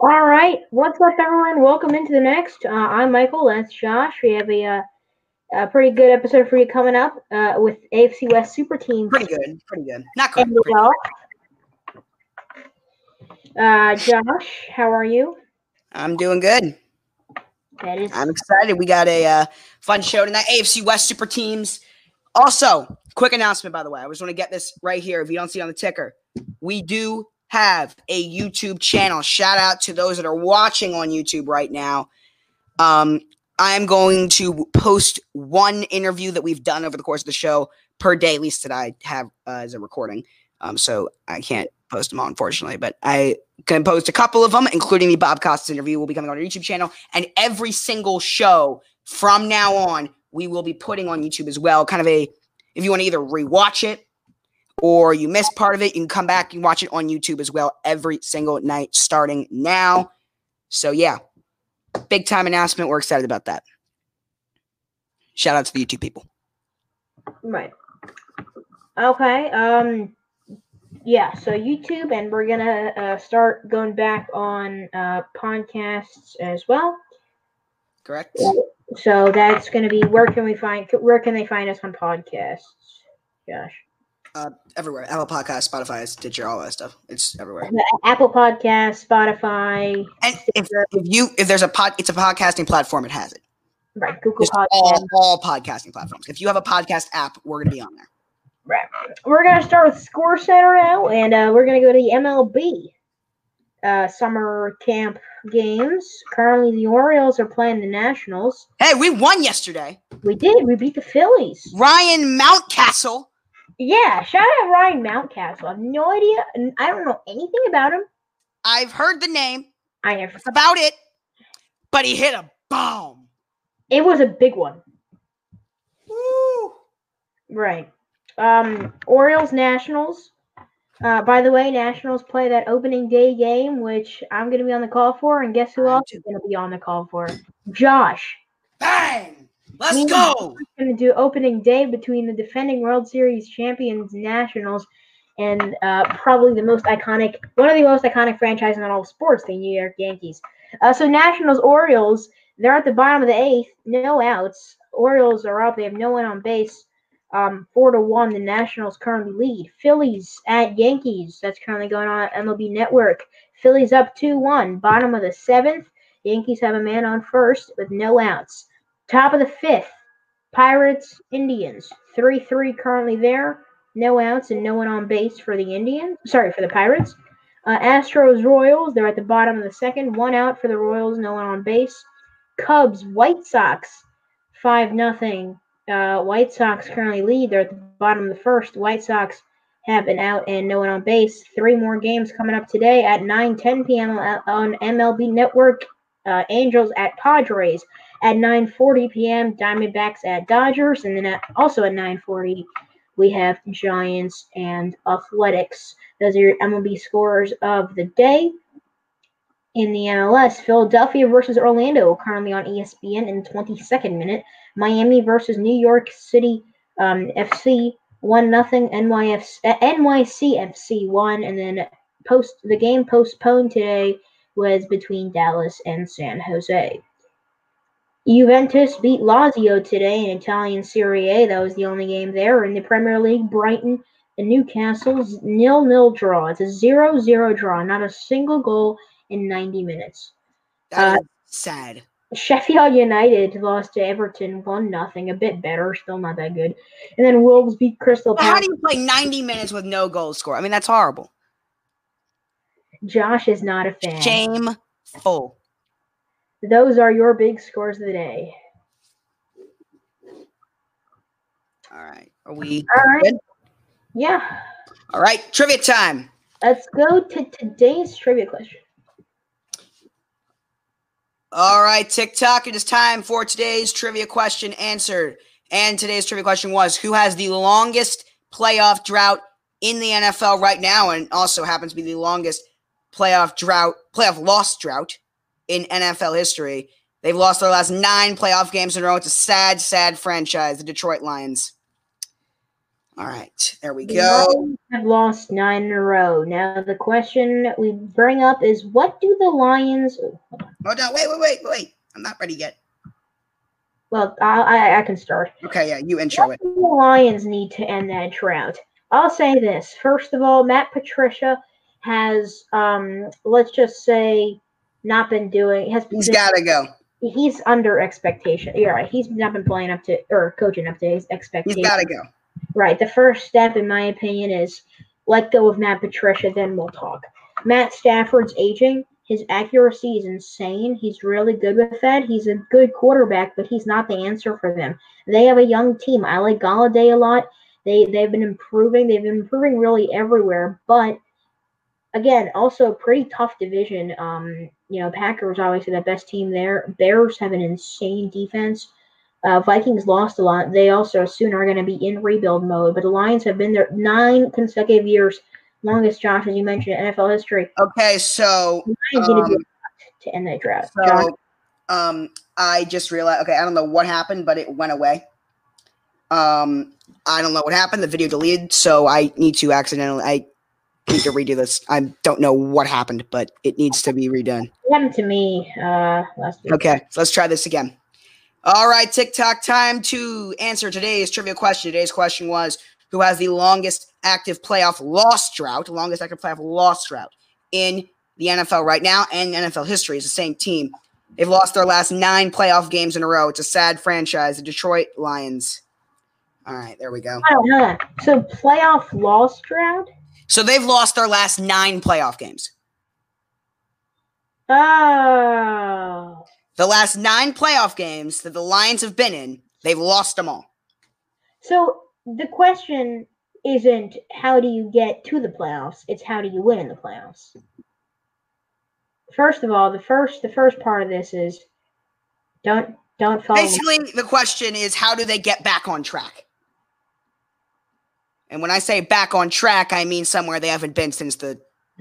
All right, what's up, everyone? Welcome into the next. Uh, I'm Michael. That's Josh. We have a, uh, a pretty good episode for you coming up uh, with AFC West Super Team. Pretty good. Pretty good. Not good. And pretty good. Josh. Uh, Josh, how are you? I'm doing good. That is I'm excited. We got a uh, fun show tonight. AFC West Super Teams. Also, quick announcement, by the way. I just want to get this right here. If you don't see it on the ticker, we do have a YouTube channel. Shout out to those that are watching on YouTube right now. Um, I am going to post one interview that we've done over the course of the show per day, at least that I have uh, as a recording. Um, so I can't post them all, unfortunately, but I can post a couple of them, including the Bob Costas interview will be coming on our YouTube channel. And every single show from now on, we will be putting on YouTube as well. Kind of a, if you want to either rewatch it or you missed part of it, you can come back and watch it on YouTube as well every single night starting now. So yeah, big time announcement. We're excited about that. Shout out to the YouTube people. right. Okay. Um. Yeah. So YouTube, and we're gonna uh, start going back on uh, podcasts as well. Correct. So that's gonna be where can we find where can they find us on podcasts, Josh? Everywhere. Apple Podcast, Spotify, Stitcher, all that stuff. It's everywhere. Apple Podcasts, Spotify, And if, if you if there's a pod, it's a podcasting platform. It has it. right? Google Just uh, Podcasts. all, all podcasting platforms. If you have a podcast app, we're gonna be on there. Right. We're gonna start with Score Center now, and uh, we're gonna go to the MLB uh, summer camp games. Currently, the Orioles are playing the Nationals. Hey, we won yesterday. We did. We beat the Phillies. Ryan Mountcastle. Yeah. Shout out Ryan Mountcastle. I have no idea. n- I don't know anything about him. I've heard the name. I have. It's about it. But he hit a bomb. It was a big one. Woo. Right. Um, Orioles Nationals. Uh, by the way, Nationals play that opening day game, which I'm going to be on the call for. And guess who I'm else is going to be on the call for? Josh. Bang! Let's Mm. go. going to do opening day between the defending World Series champions Nationals and uh, probably the most iconic, one of the most iconic franchises in all of sports, the New York Yankees. Uh, so Nationals Orioles, they're at the bottom of the eighth, no outs. Orioles are up; they have no one on base. Um, four to one, the Nationals currently lead. Phillies at Yankees. That's currently going on at MLB Network. Phillies up two one, bottom of the seventh. Yankees have a man on first with no outs. Top of the fifth, Pirates, Indians, 3 3 currently there. No outs and no one on base for the Indians. Sorry, for the Pirates. Uh, Astros, Royals, they're at the bottom of the second. One out for the Royals, no one on base. Cubs, White Sox, 5 nothing. Uh, White Sox currently lead. They're at the bottom of the first. White Sox have an out and no one on base. Three more games coming up today at 9 10 p.m. on MLB Network. Uh, Angels at Padres at 9:40 p.m. Diamondbacks at Dodgers, and then at, also at 9:40 we have Giants and Athletics. Those are your MLB scores of the day. In the MLS, Philadelphia versus Orlando currently on E ESPN in the 22nd minute. Miami versus New York City um, FC one nothing. NYFC uh, NYCFC one, and then post the game postponed today was between Dallas and San Jose. Juventus beat Lazio today in Italian Serie A. That was the only game there. In the Premier League, Brighton and Newcastle's nil-nil draw. It's a 0-0 draw. Not a single goal in 90 minutes. Uh, That is sad. Sheffield United lost to Everton 1-0. A bit better, still not that good. And then Wolves beat Crystal But how Palace. do you play 90 minutes with no goal score? I mean, that's horrible. Josh is not a fan. Shameful. Those are your big scores of the day. All right. Are we All right. Good. Yeah. all right? Trivia time. Let's go to today's trivia question. All right, TikTok. It is time for today's trivia question answered. And today's trivia question was who has the longest playoff drought in the NFL right now and also happens to be the longest playoff drought, playoff loss drought in NFL history. They've lost their last nine playoff games in a row. It's a sad, sad franchise, the Detroit Lions. All right, there we The go. Lions Have lost nine in a row. Now the question we bring up is, what do the Lions? Oh no, wait, wait, wait, wait. I'm not ready yet. Well, I I, I can start. Okay, yeah, you intro it. The Lions need to end that drought. I'll say this. First of all, Matt Patricia has, um, let's just say, not been doing. Has He's been- gotta go. he's under expectation. You're right. He's not been playing up to or coaching up to his He's expectations. gotta go. Right. The first step, in my opinion, is let go of Matt Patricia, then we'll talk. Matt Stafford's aging. His accuracy is insane. He's really good with that. He's a good quarterback, but he's not the answer for them. They have a young team. I like Galladay a lot. They they've been improving. They've been improving really everywhere. But again, also a pretty tough division. Um, you know, Packers obviously the best team there. Bears have an insane defense. Uh, Vikings lost a lot. They also soon are going to be in rebuild mode. But the Lions have been there nine consecutive years, longest Josh, as you mentioned, in NFL history. Okay, so Lions need to be Um, up to end that drought. Josh, so um I just realized okay, I don't know what happened, but it went away. Um I don't know what happened. The video deleted, so I need to accidentally I need to redo this. I don't know what happened, but it needs to be redone. it happened to me uh, last week. Okay, so let's try this again. All right, TikTok time to answer today's trivia question. Today's question was Who has the longest active playoff loss drought? Longest active playoff loss drought in the NFL right now and NFL history is the same team. They've lost their last nine playoff games in a row. It's a sad franchise, the Detroit Lions. All right, there we go. I don't know that. Oh, So playoff loss drought? So they've lost their last nine playoff games. Oh. The last nine playoff games that the Lions have been in, they've lost them all. So the question isn't how do you get to the playoffs, it's how do you win in the playoffs. First of all, the first the first part of this is don't don't follow me. Basically, the question is how do they get back on track? And when I say back on track, I mean somewhere they haven't been since the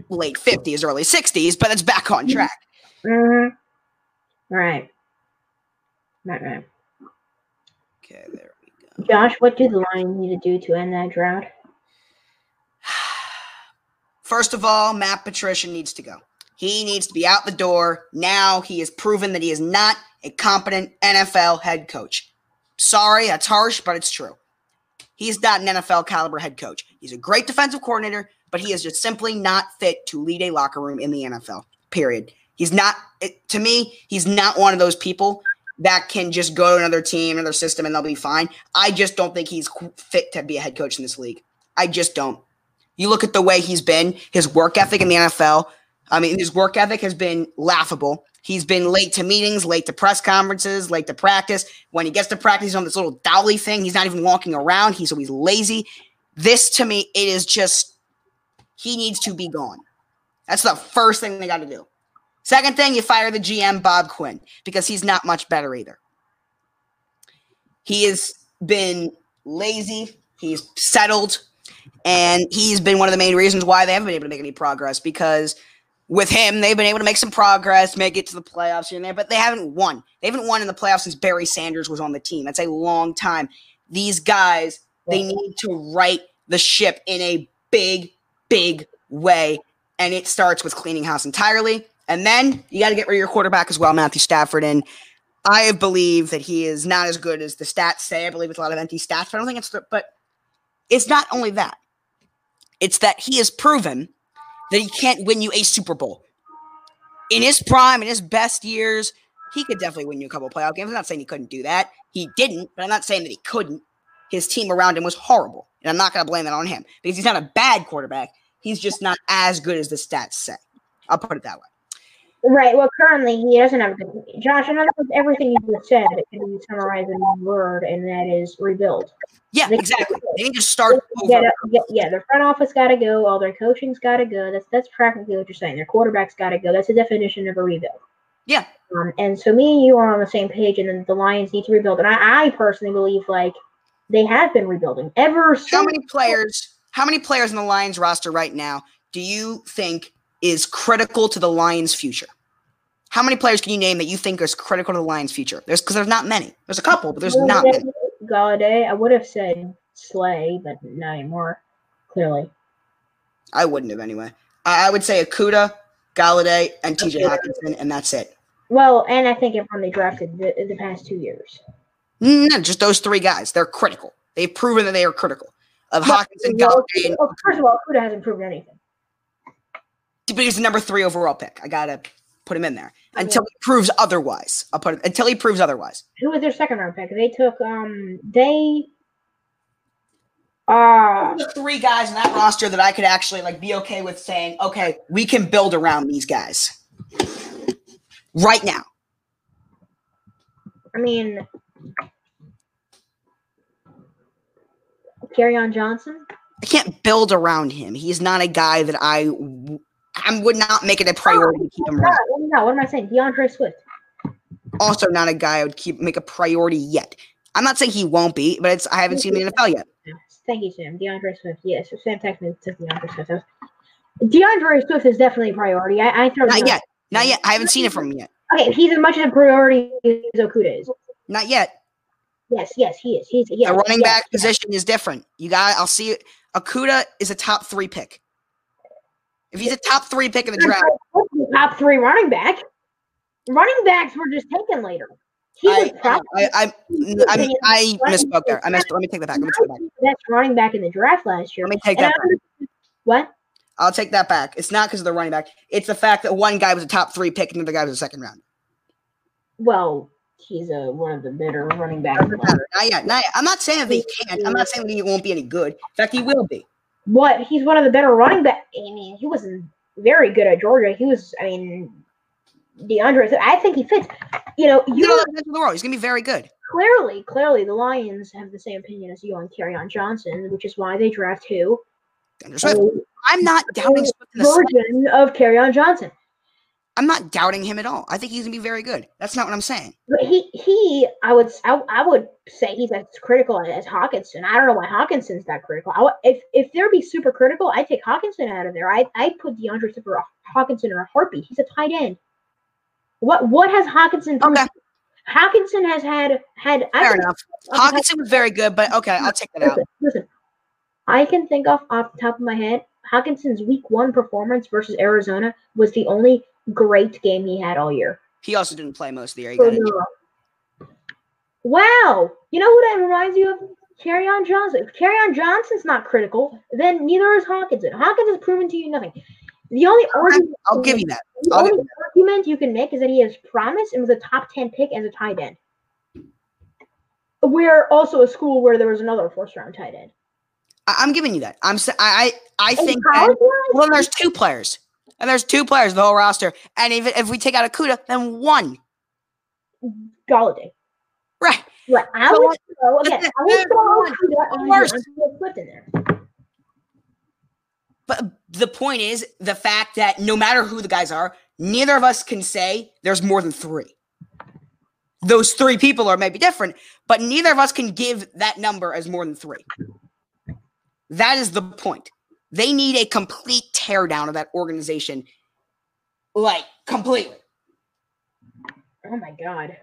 late 50s, early 60s, but it's back on track. Mhm. Right. Right, right. Okay, there we go. Josh, what do the Lions need to do to end that drought? First of all, Matt Patricia needs to go. He needs to be out the door. Now he has proven that he is not a competent NFL head coach. Sorry, that's harsh, but it's true. He's not an NFL caliber head coach. He's a great defensive coordinator, but he is just simply not fit to lead a locker room in the NFL. Period. He's not it, to me, he's not one of those people that can just go to another team, another system and they'll be fine. I just don't think he's qu- fit to be a head coach in this league. I just don't. You look at the way he's been, his work ethic in the NFL. I mean, his work ethic has been laughable. He's been late to meetings, late to press conferences, late to practice. When he gets to practice, he's on this little dolly thing. He's not even walking around. He's always lazy. This to me, it is just he needs to be gone. That's the first thing they got to do. Second thing, you fire the GM Bob Quinn because he's not much better either. He has been lazy. He's settled. And he's been one of the main reasons why they haven't been able to make any progress because with him, they've been able to make some progress, make it to the playoffs here and there, but they haven't won. They haven't won in the playoffs since Barry Sanders was on the team. That's a long time. These guys, they need to right the ship in a big, big way. And it starts with cleaning house entirely. And then you got to get rid of your quarterback as well, Matthew Stafford. And I believe that he is not as good as the stats say. I believe it's a lot of empty stats, but I don't think it's the, but it's not only that. It's that he has proven that he can't win you a Super Bowl. In his prime, in his best years, he could definitely win you a couple of playoff games. I'm not saying he couldn't do that. He didn't, but I'm not saying that he couldn't. His team around him was horrible. And I'm not going to blame that on him because he's not a bad quarterback. He's just not as good as the stats say. I'll put it that way. Right. Well, currently he doesn't have a good Josh. In other words, everything you just said it can be summarized in one word, and that is rebuild. Yeah, They- exactly. They need to start Yeah, over. that- yeah, yeah, their front office got to go. All their coaching's got to go. That's that's practically what you're saying. Their quarterback's got to go. That's the definition of a rebuild. Yeah. Um, and so me and you are on the same page, and then the Lions need to rebuild. And I, I personally believe like they have been rebuilding ever since. How many players? How many players in the Lions roster right now do you think is critical to the Lions' future? How many players can you name that you think is critical to the Lions' future? There's because there's not many. There's a couple, but there's not many. Galladay, I would have said Slay, but not anymore. Clearly, I wouldn't have anyway. I, I would say Akuda, Galladay, and TJ Hawkinson, and that's it. well, and I think everyone they drafted the, the past two years. No, just those three guys. They're critical. They've proven that they are critical of Well, Hawkinson, well, Galladay, and well, first of all, Kuda hasn't proven anything. but he's the number three overall pick. I gotta put him in there until he proves otherwise. I'll put him, until he proves otherwise. Who was their second round pick? They took um they uh The three guys in that roster that I could actually like be okay with saying, okay, we can build around these guys right now. I mean Carry on Johnson. I can't build around him. He's not a guy that I w- I would not make it a priority to keep him around. No, no, what am I saying? DeAndre Swift. Also, not a guy I would keep make a priority yet. I'm not saying he won't be, but it's I haven't seen him in the NFL yet. Yes, Thank you, Sam. DeAndre Swift. Yes, Sam Texman took DeAndre Swift. I was- DeAndre Swift is definitely a priority. I, I throw him Not out. yet. Not yet. I haven't seen it from him yet. Okay, he's as much of a priority as Okuda is. Not yet. Yes, yes, he is. He's yes, the running yes, back yes. position is different. You got. I'll see. it. Akuda is a top three pick. If he's a top three pick in the draft, Top three running back. Running backs were just taken later. He was I, I, probably I, I, I misspoke there. I missed. Let me take that back. Let me take that back. the best running back in the draft last year. Let me take And that. Back. I under- what? I'll take that back. It's not because of the running back. It's the fact that one guy was a top three pick and the other guy was a second round. Well, he's a, one of the better running backs. Doesn't matter. Not yet. Not yet. I'm not saying that he can't. I'm not saying that he won't be any good. In fact, he will be. What? He's one of the better running back. I mean, he wasn't very good at Georgia. He was. I mean, DeAndre. I think he fits. You know, You you know, that's the world. He's gonna be very good. clearly, clearly, the Lions have the same opinion as you on Carryon Johnson, which is why they draft who DeAndre Swift. I'm not doubting Swift in the slightest. version of Carryon Johnson. I'm not doubting him at all. I think he's gonna be very good. That's not what I'm saying. But he, he, I would, s- I, I would say he's as critical as Hawkinson. I don't know why Hawkinson's that critical. I, would- if if there be super critical, I take Hawkinson out of there. I I put DeAndre Swift or Hawkinson in a heartbeat. He's a tight end. What what has Hawkinson? done? Okay. Hawkinson has had had. I Fair don't know. enough. Hawkinson was very good, but okay, I'll take that out. Listen, listen, I can think off off the top of my head. Hawkinson's week one performance versus Arizona was the only great game he had all year. He also didn't play most of the year. He for got injured. Miller. Wow. You know who that reminds you of? Carry on Johnson. If Carry on Johnson's not critical, then neither is Hawkinson. Hawkins has proven to you nothing. The only argument I'll give you that. the I'll give only argument you can make is that he has promise and was a top ten pick as a tight end. We're also a school where there was another first round tight end. I, I'm giving you that. I'm. s- I. I, I And think. That, college-wise, well, there's two players, and there's two players in the whole roster. And even if we take out Akuda, then one. Galladay. Right. Right. I So would what- throw but again. the I would third throw one, Okuda and worst. DeAndre Swift in there. But uh, the point is the fact that no matter who the guys are, neither of us can say there's more than three. Those three people are maybe different, but neither of us can give that number as more than three. That is the point. They need a complete teardown of that organization, like completely. Oh my god.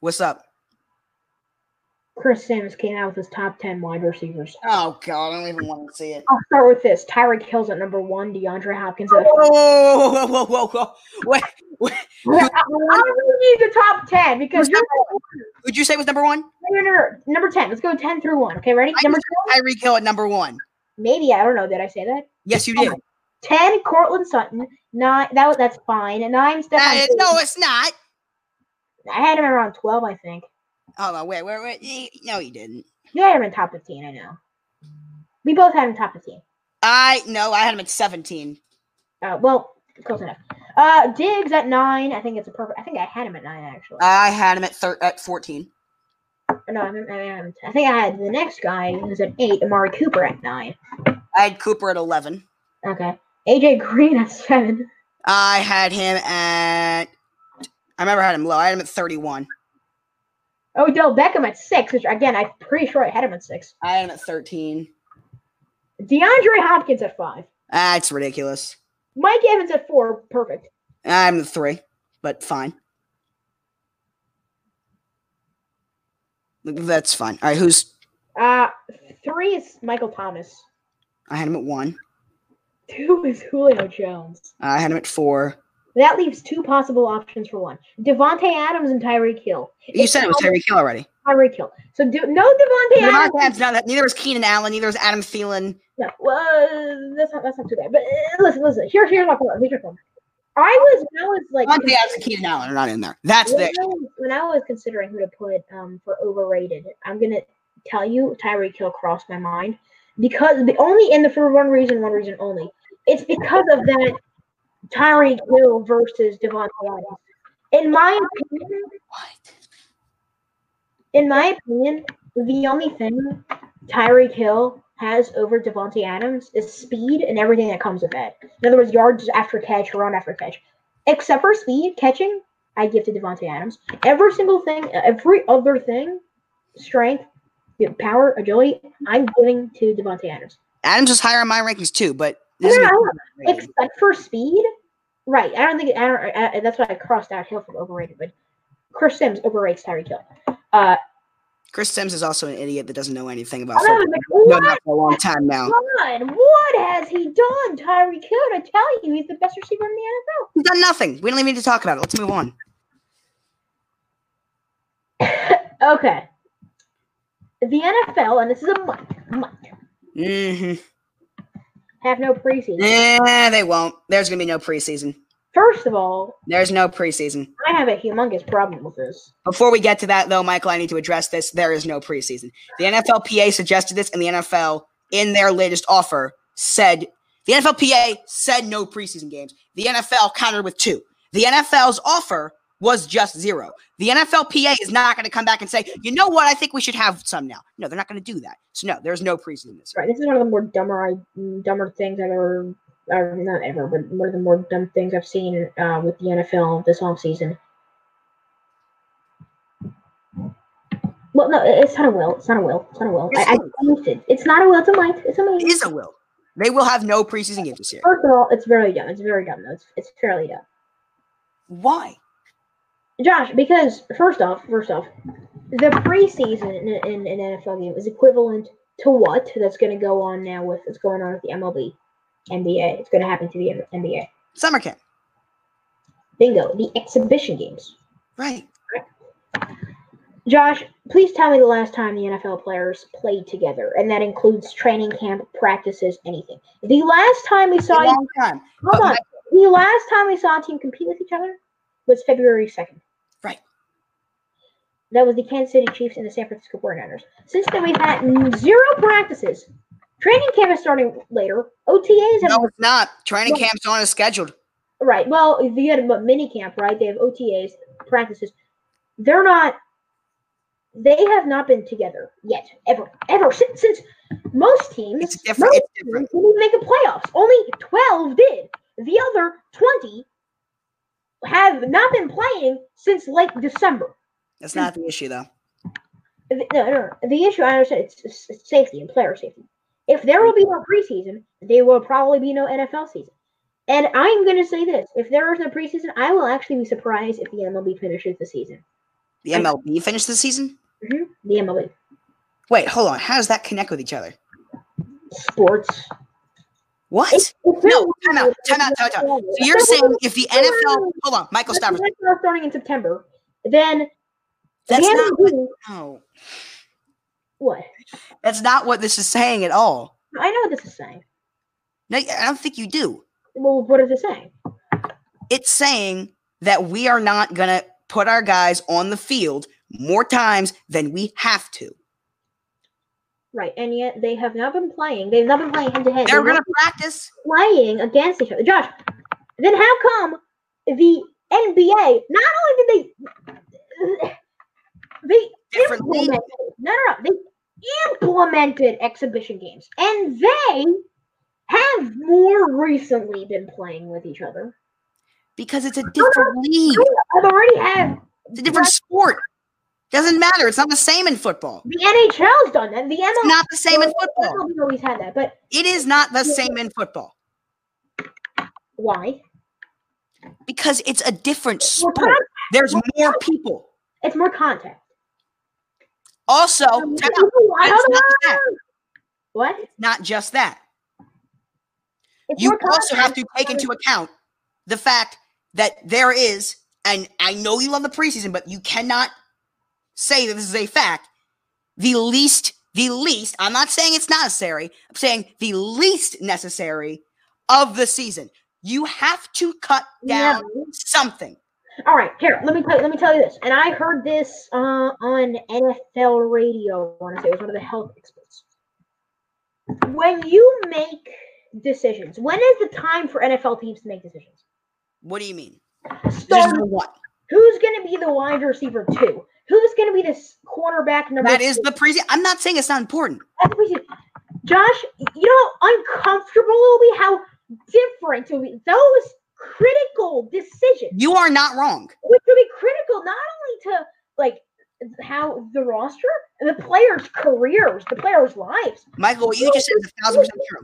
What's up? Chris Sims came out with his top 10 wide receivers. Oh God, I don't even want to see it. I'll start with this. Tyreek Hill's at number one, DeAndre Hopkins Whoa, at whoa, whoa, whoa, whoa! Wait, I, I don't need the top 10 because Who's you're, would you say was number one? no, no, no, no. number 10. Let's go 10 through 1. Okay, ready? I Number Tyreek Hill at number one. Maybe. I don't know. Did I say that? Yes, you did. 10, Cortland Sutton. Nine. That was, That's fine. Nine, Stephon. Uh, Diggs. no, it's not. I had him around 12, I think. Hold on, wait, wait, wait. y- No, you didn't. You had him in top 15, I know. We both had him top 15. I no, I had him at seventeen. Uh, well, close enough. Uh, Diggs at 9. I think it's a perfect. I think I had him at 9, actually. I had him at thir- at fourteen. No, I, mean, I, mean, I think I had the next guy who was at eight, Amari Cooper at nine. I had Cooper at eleven. Okay. AJ Green at seven. I had him at. I remember I had him low. I had him at thirty-one. Odell Beckham at six, which again, I'm pretty sure I had him at six. I had him at thirteen. DeAndre Hopkins at five. That's Ah, ridiculous. Mike Evans at four. Perfect. I had him at three, but fine. That's fine. All right, who's Uh, three is Michael Thomas. I had him at one. Two is Julio Jones. I had him at four. That leaves two possible options for one: Devonte Adams and Tyreek Hill. You said it was Terry Kill already. Tyreek Hill. So do, no Devonte Adams. Devontae Adams, not that- neither was Keenan Allen, neither was Adam Thielen. No, well, that's not that's not too bad. But uh, listen, listen. Here, here's my problem. Here's my problem. I was when I was like Devontae Adams and Keenan Allen are not in there. That's when, the I was, when I was considering who to put um for overrated. I'm gonna tell you Tyreek Hill crossed my mind because the only and the for one reason, one reason only. It's because of that Tyreek Hill versus Devontae Adams. In my opinion, What? in my opinion, the only thing Tyreek Hill has over Devontae Adams is speed and everything that comes with that. In other words, yards after catch, run after catch. Except for speed, catching, I give to Devontae Adams. Every single thing, every other thing, strength, you know, power, agility, I'm giving to Devontae Adams. Adams is higher on my rankings too, but No, this no, is- no, Except for speed, right? I don't think I don't. I, I- that's why I crossed out Hill from overrated, but Chris Sims overrates Tyreek Hill. Uh, Chris Sims is also an idiot that doesn't know anything about I know, football. like, No, what? not for a long time now. God, what has he done, Tyreek Hill? To tell you, he's the best receiver in the He's done nothing. We don't even need to talk about it. Let's move on. NFL. Okay. The NFL, and this is a month, month hmm have no preseason. Nah, they won't. There's gonna be no preseason. First of all, There's no preseason. I have a humongous problem with this. Before we get to that, though, Michael, I need to address this. There is no preseason. The NFLPA suggested this, and the NFL, in their latest offer, said the NFLPA said no preseason games. The NFL countered with two. The NFL's offer was just zero. The NFLPA is not going to come back and say, you know what, I think we should have some now. No, they're not going to do that. So no, there's no preseason this year. Right, this is one of the more dumber, I dumber things I've ever, or not ever, but one of the more dumb things I've seen uh, with the NFL this offseason. Well, no, it's not a will. It's not a will. It's not a will. I, I, it's not a will. It's a might. It's a might. It is a will. They will have no preseason games this year. First of all, it's very dumb. It's very dumb. though. It's, it's fairly dumb. Why? Josh, because first off, first off, the preseason in, in, in an NFL game is equivalent to what that's going to go on now with what's going on with the MLB, NBA. It's going to happen to the M- NBA. Summer camp. Bingo. The exhibition games. Right. Josh, please tell me the last time the NFL players played together, and that includes training camp, practices, anything. The last time we A saw long time. hold but on, the last time we saw a team compete with each other was February second. Right. That was the Kansas City Chiefs and the San Francisco 49ers. Since then, we've had n- zero practices. Training camp is starting later. OTAs have No, it's not. Training No. camps aren't as scheduled. right. Well, if you had a mini camp, right? They have OTAs, practices. They're not. They have not been together yet, ever, ever since since most teams. It's different. It's teams different. didn't even make the playoffs. Only twelve did. The other twenty have not been playing since like December. That's not the issue, though. The, no, no, no. the issue I understand it's, it's it's safety and player safety. If there will be no preseason, there will probably be no NFL season. And I'm going to say this: if there is no preseason, I will actually be surprised if the MLB finishes the season. The Right. MLB finished the season. hmm The MLB Wait, hold on. How does that connect with each other? sports. What? It's- it's No, really- time out, time out, time out, time So you're saying if the NFL? Hold on, Michael, If the stop. it. NFL starting in September, then That's the not MLB, no. what That's not what this is saying at all. I know what this is saying. No, I don't think you do. Well, what is it saying? It's saying that we are not gonna put our guys on the field more times than we have to. Right, and yet they have not been playing. They've not been playing head to head. They're gonna practice. playing against each other. Josh, then how come the NBA not only did they they Different league. implemented, no, no, no, they implemented exhibition games, and they have more recently been playing with each other. Because it's a different league. I've already had It's a different sport. Doesn't matter. It's not the same in football. the NHL's done that. The It's MLB not the same in football. MLB always had that, but It is not the same in football why? because it's a different More sport. con- There's more people. it's more contact. Also, time out. It's not just that. What? Not just that. It's you more also have to content. take into account the fact that there is, and I know you love the preseason, but you cannot say that this is a fact. The least, the least, I'm not saying it's not necessary, I'm saying the least necessary of the season. You have to cut down Yeah. something. All right, here. Let me tell, let me tell you this. And I heard this uh, on NFL radio. I want to say it was one of the health experts. When you make decisions, when is the time for NFL teams to make decisions? What do you mean? There's Start no one. who's going to be the wide receiver two? Who's going to be this cornerback number? That is the preseason. I'm not saying it's not important. That's what we should- Josh, you know how uncomfortable it will be? How different it will be? Those critical decisions, You are not wrong. which will be critical not only to like how the roster, the players' careers, the players' lives Michael, what you just said is a thousand percent true.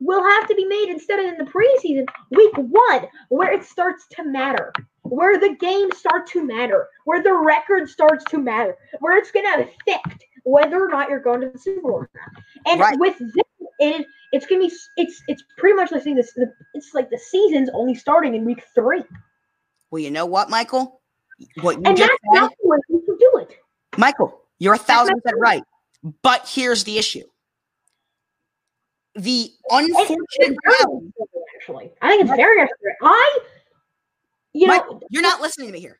will have to be made instead of in the preseason, week one, where it starts to matter, where the games start to matter, where the record starts to matter, where it's going to affect whether or not you're going to the Super Bowl. or not. And Right. with this, it, it's going to be it's it's pretty much like seeing this. The, it's like the season's only starting in week three, Well, you know what, Michael? What you and just that's said, not the way you can do it. Michael, you're a thousand my percent right. But here's the issue. The It's, unfortunate it's very reality- unfair, actually, I think it's very unfair. I, you know, Michael, you're not listening to me here.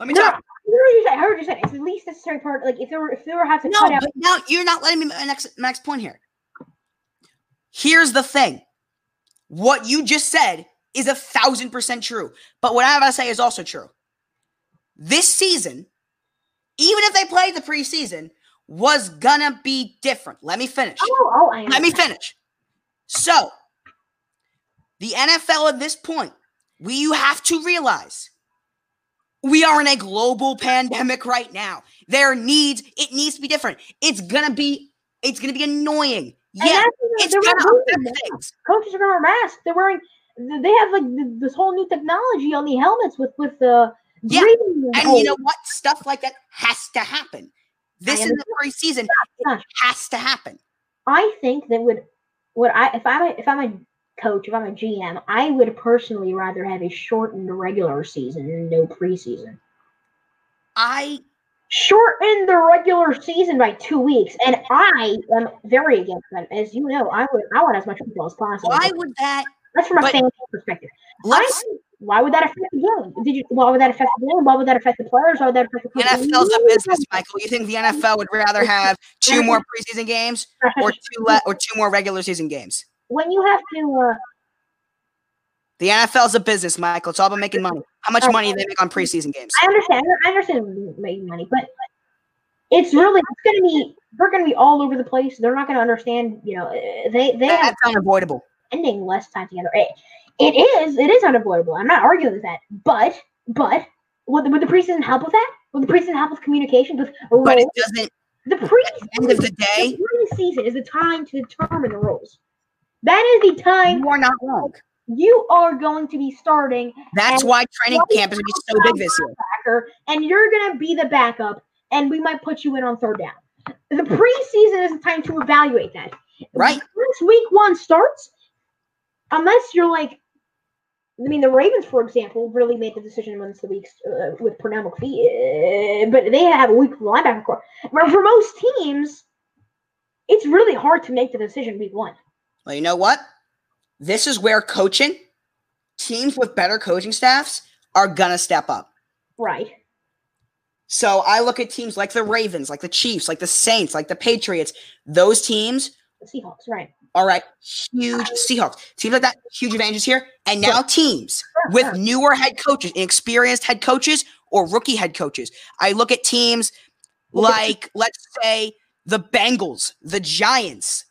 Let me No, talk. I heard you say- I heard you said it's the least necessary part. Like if there were if there were have to No, cut out but now you're not letting me my next my next point here. Here's the thing. What you just said is a thousand percent true. But what I have to say is also true. This season, even if they played the preseason, was gonna be different. Let me finish. oh, oh I Let me finish. So, the NFL at this point, we you have to realize we are in a global pandemic right now. There needs it needs to be different. It's gonna be it's gonna be annoying. And Yeah, that's the- it's they're gonna wearing affect masks. things. coaches are wearing masks. They're wearing th- they have like th- this whole new technology on the helmets with with the Yeah, breathing And you know what? Stuff like that has to happen. This is the preseason. It Gosh. has to happen. I think that would would I if I'm a, if I'm a coach if I'm a GM I would personally rather have a shortened regular season and no preseason. I Shorten the regular season by two weeks, and I am very against that. As you know, I would I want as much football as possible. why would that That's from a But- fan perspective. let's I- why would that affect the game? Did you? Why would that affect the game? Why would that affect the players? Why would that affect the coaches? NFL's a business, Michael. You think the NFL would rather have two more preseason games or two le- or two more regular season games? when you have to, uh, The NFL's a business, Michael. It's all about making money. How much money do they make on preseason games? I understand. I understand making money, but it's really it's going to be they're going to be all over the place. They're not going to understand. You know, uh, they they have That's unavoidable. spending less time together. It, it is it is unavoidable. I'm not arguing with that, but but would the, would the preseason help with that? Would the preseason help with communication? With But it roles? doesn't. the End of preseason the day, The season is the time to determine the rules. That is the time you are not wrong. you are going to be starting That's why training camp is going to be so big this year. backer, and you're going to be the backup, and we might put you in on third down. The preseason is the time to evaluate that. Right. Once week one starts, unless you're like, I mean, the Ravens, for example, really made the decision once the weeks uh, with Pernell McPhee, uh, but they have a weak linebacker core. But for most teams, it's really hard to make the decision week one. Well, you know what? This is where coaching teams with better coaching staffs are going to step up. Right. So I look at teams like the Ravens, like the Chiefs, like the Saints, like the Patriots. Those teams The Seahawks, right. All right, huge Seahawks. Teams like that, huge advantages here. And now teams Sure, with sure. newer head coaches, experienced head coaches, or rookie head coaches. I look at teams like, let's say, the Bengals, the Giants,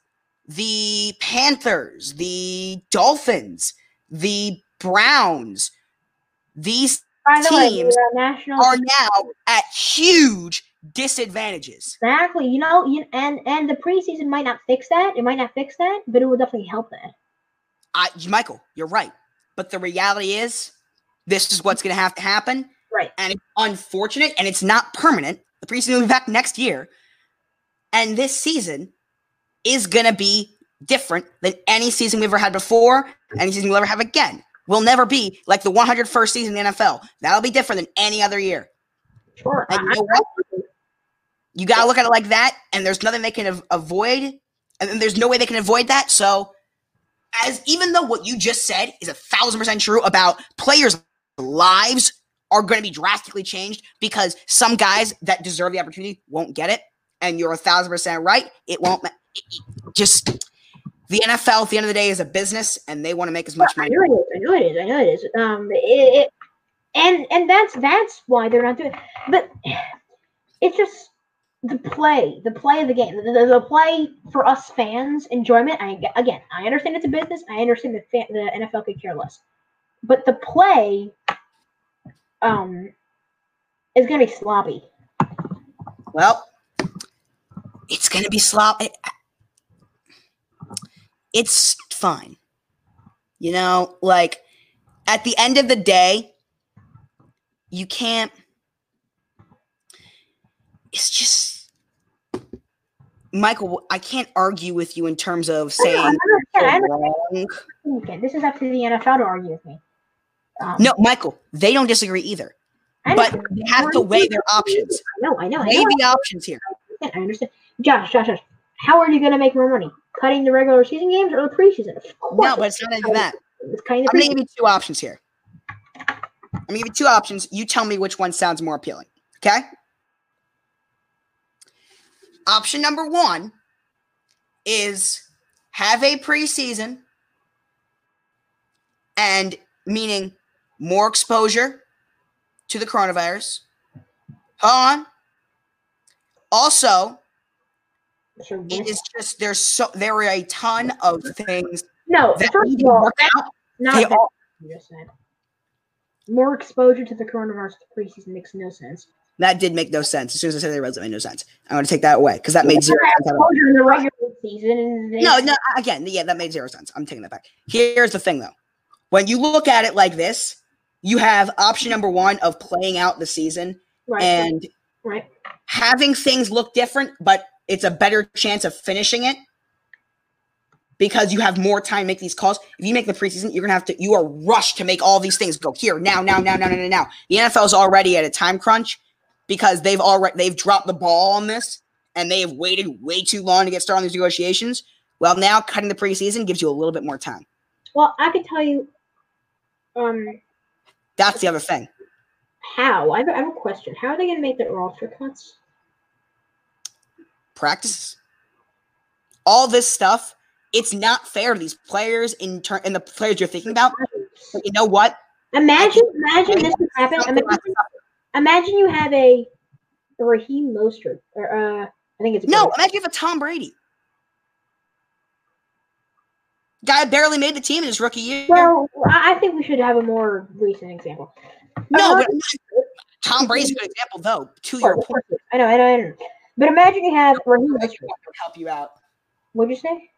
the Panthers, the Dolphins, the Browns. These By the way, Teams the, uh, national are now at huge disadvantages. Exactly. You know, you, and and the preseason might not fix that. It might not fix that, but it will definitely help that. I, Michael, you're right. But the reality is, this is what's going to have to happen. Right. And it's unfortunate and it's not permanent. The preseason will be back next year. And this season is going to be different than any season we've ever had before, any season we'll ever have again. We'll never be like the 101st season in the NFL. That'll be different than any other year. Sure. And you know what? You got to look at it like that, and there's nothing they can av- avoid, and then there's no way they can avoid that. So, as even though what you just said is a thousand percent true about players' lives are going to be drastically changed because some guys that deserve the opportunity won't get it, and you're a thousand percent right. It won't ma- it- it- just the NFL at the end of the day is a business, and they want to make as much I money. know it is. I know it is. I know it is. Um, it, it, and and that's that's why they're not doing. It. But it's just the play, the play of the game, the, the, the play for us fans, enjoyment. I again, I understand it's a business. I understand the fan, the NFL could care less, but the play, um, is gonna be sloppy. Well, it's going to be sloppy. It's fine. You know, like at the end of the day, you can't. It's just. Michael, I can't argue with you in terms of I know, I saying understand, I you're understand wrong. you can. This is up to the NFL to argue with me. Um, No, Michael, they don't disagree either. I But understand. they have to weigh their options. I know, I know, I Weigh know. the options here. Yeah, I understand. Josh, Josh, Josh, how are you going to make more money? Cutting the regular season games or the preseason? Of course. No, but it's not even that. it's kind of I'm gonna give you two options here. I'm gonna give you two options. You tell me which one sounds more appealing. Okay. Option number one is have a preseason and meaning more exposure to the coronavirus. Hold on. Also, it is just there's so there are a ton of things no, that first need of to all, work out. not They that all you just said. More exposure to the coronavirus to preseason makes no sense. That did make no sense. As soon as I said they read it made no sense. I'm going to take that away because that made zero sense. at all. Exposure in the regular season. Is No, no, again, yeah, that made zero sense. I'm taking that back. Here's the thing, though. When you look at it like this, you have option number one of playing out the season right, and right. having things look different, but it's a better chance of finishing it because you have more time to make these calls. If you make the preseason, you're gonna have to you are rushed to make all these things go here, now, now, now, now, now, now, now. The NFL is already at a time crunch because they've already they've dropped the ball on this and they have waited way too long to get started on these negotiations. Well, now cutting the preseason gives you a little bit more time. Well, I could tell you um, That's the other thing. how. I have, I have a question. How are they going to make their roster cuts? practices. All this stuff, it's not fair to these players in turn and the players you're thinking about. But you know what? Imagine, imagine this would happen. Something Imagine like- Imagine you have a a Raheem Mostert, or uh, I think it's a No, imagine if a Tom Brady. Guy barely made the team in his rookie year. Well, I I think we should have a more recent example. no, Imagine- but Tom Brady's a good example, though. To your Oh, point, I know, I know, I know. But imagine you have Raheem I Mostert. would help you out. What'd you say?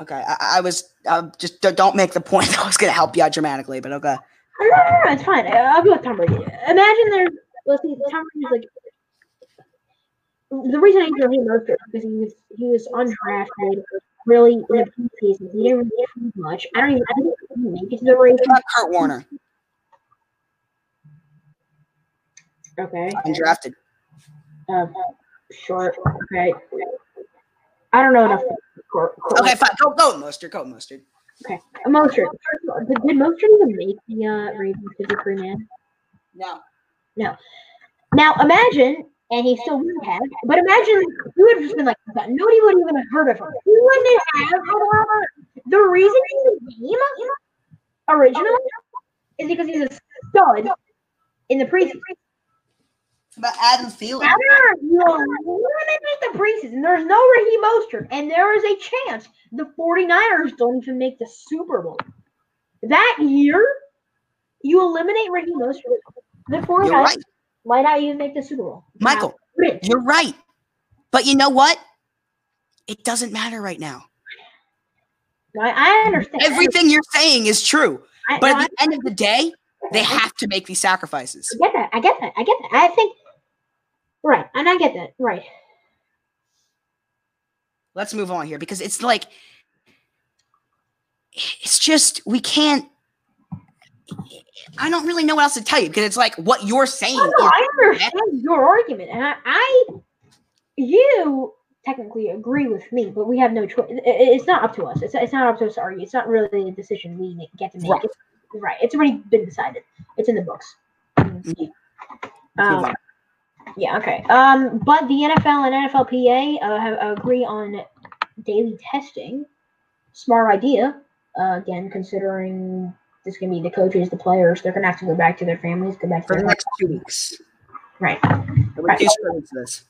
Okay, I, I was uh, just don't- don't make the point that I was going to help you out dramatically, but okay. Oh, no, no, no, it's fine. I- I'll go with Tom Brady. Imagine there's let's see, Tom Brady's like the reason I hate Raheem Mostert is because he was he was undrafted. Really, in the preseason, he didn't really do much. I don't even. I think he didn't make it to the race. What about Kurt Warner? Okay. Undrafted. Um, short. Okay. I don't know enough. For, for, Okay, fine. Go, go, Mustard. Go, Mustard. Uh, Mostert. First of all, Did, did Mostert even make the uh, Ravens 53 man? No. Now imagine, and he still would have, but imagine we would have just been like, nobody would even have heard of him. He wouldn't have however, the reason he's a game original is because he's a stud in the preseason. What about Adam Thielen? Now there are you eliminate the preseason. There's no Raheem Mostert, and there is a chance the 49ers don't even make the Super Bowl. That year, you eliminate Raheem Mostert. The 49ers You're right, might not even make the Super Bowl. Michael. Rich, You're right. But you know what? It doesn't matter right now. I, I understand. Everything you're saying is true. I, But no, at the end of the day, I- they I have to make these sacrifices. get that. I get that. I get that. I think. Right, and I get that. Right. Let's move on here because it's like it's just we can't. I don't really know what else to tell you because it's like what you're saying. Oh, no, is- I understand your argument, and I, I, you technically agree with me, but we have no choice. I- I- It's not up to us. It's, it's not up to us to argue. It's not really a decision we ma- get to make. Right. It's, right. It's already been decided. It's in the books. Let's move Um, on. yeah. Okay. Um, but the NFL and NFLPA uh, have, agree on daily testing. Smart idea. Uh, again, considering this can be the coaches, the players, they're gonna have to go back to their families, go back to for the their next two weeks. right. There were Right. two screens to this.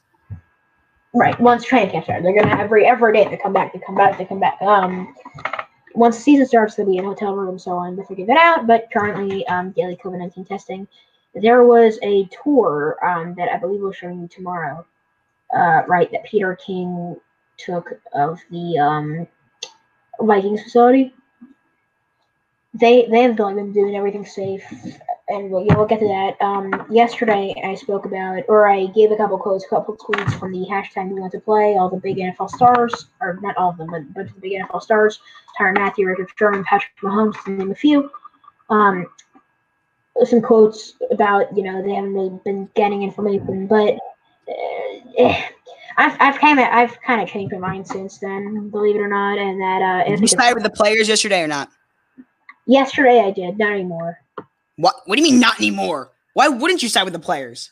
Right. Once training camp started, they're gonna every every day they come back, they come back, they come back. Um, once the season starts, they'll be in hotel room, so on. They're figuring that out. But currently, um, daily COVID nineteen testing. There was a tour um, that I believe we'll show you tomorrow. Uh, right, that Peter King took of the um, Vikings facility. They they have like, been doing everything safe, and we'll, yeah, we'll get to that. Um, yesterday I spoke about, or I gave a couple quotes, couple tweets from the hashtag We Want to Play. All the big NFL stars, or not all of them, but but the big NFL stars: Tyron Matthew, Richard Sherman, Patrick Mahomes, to name a few. Um, some quotes about you know they haven't really been getting information, but uh, eh, I've I've kind of I've kind of changed my mind since then, believe it or not, and that uh, Did if you it's- side with the players yesterday or not? yesterday I did, not anymore. What What do you mean not anymore? Why wouldn't you side with the players?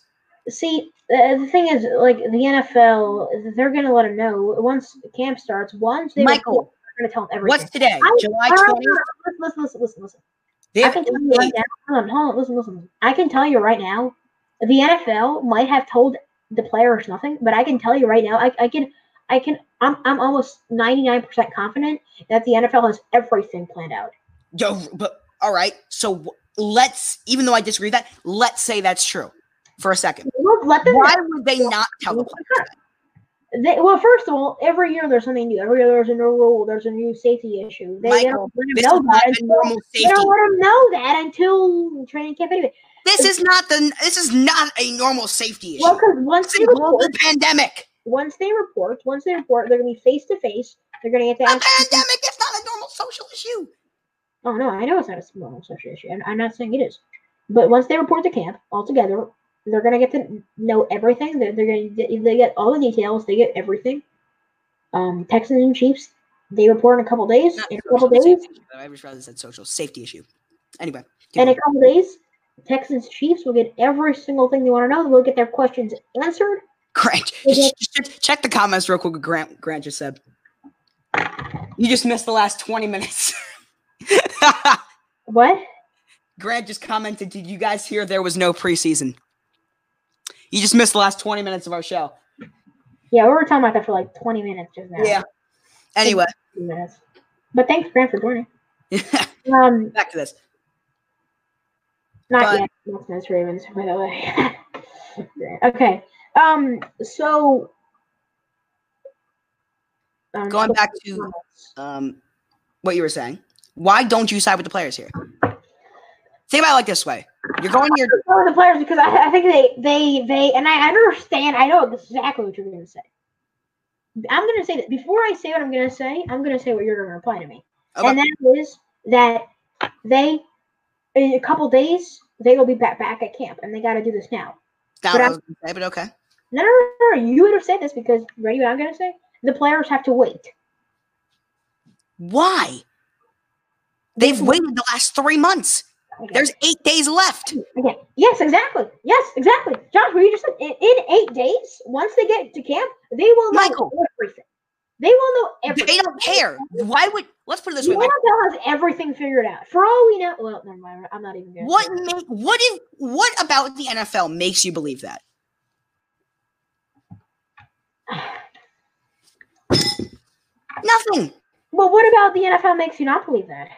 see uh, the thing is like the nfl they're gonna let them know once camp starts once they report, Michael, they're gonna tell them everything what's today? I- July All right, 20th. listen listen listen listen They i have can tell you right eight. now hold on, hold on listen listen i can tell you right now the nfl might have told the players nothing but i can tell you right now i, I can i can I'm, I'm almost 99% confident that the nfl has everything planned out Yo, but all right. So w- let's, even though I disagree with that, let's say that's true for a second. Well, let them Why would they not tell the players? that? They, well, first of all, every year there's something new. Every year there's a new rule. There's a new safety issue. They, they don't Michael, let 'em know that. This is not a until- normal They safety. don't let 'em know that until training camp anyway. This is not the. This is not a normal safety Well, issue. because once It's they a global report, pandemic. once they report, once they report, they're gonna be face to face. They're gonna get to A ask. pandemic. It's not a normal social issue. Oh no, I know it's not a small social issue. I'm, I'm not saying it is, but once they report to camp altogether, they're gonna get to know everything. They're, they're gonna they- they get all the details. They get everything. Um, Texans and Chiefs. They report in a couple days. Not In a couple social days, safety issue, though. I just rather said social safety issue. Anyway, In a continue. couple days, Texans Chiefs will get every single thing they want to know. They'll get their questions answered. Grant, Is just, just check the comments real quick. What Grant, Grant just said. You just missed the last twenty minutes. What? Grant just commented, "Did you guys hear there was no preseason?" You just missed the last twenty minutes of our show. Yeah, we were talking about that for like 20 minutes just now. Yeah. Anyway, 20 minutes. But thanks, Grant, for joining. back Um, to this. not But- yet. That's Miss Ravens, by the way. Grant. okay. Um. So. um, Going so- back to um, what you were saying. Why don't you side with the players here? Think about it like this way: you're going here. Oh, the players because I, I think they they they and I understand I know exactly what you're gonna say. I'm gonna say that before I say what I'm gonna say, I'm gonna say what you're gonna reply to me. Okay, And that is that they in a couple days they will be back back at camp and they gotta do this now. now, but I I- was gonna say, but okay. No no no, no, you would have said this because ready what I'm gonna say? The players have to wait. Why? They've waited the last three months. Okay. There's eight days left. Okay. Yes, exactly. Yes, exactly. Josh, were you just said in, in eight days, once they get to camp, they will know Michael. everything. They will know They everything. don't care. Why would? Let's put it this way: Nintendo Mike. has everything figured out. For all we know, well, never mind. I'm not even gonna. What say it. make? What if? What about the NFL makes you believe that? Nothing. Well, what about the NFL makes you not believe that?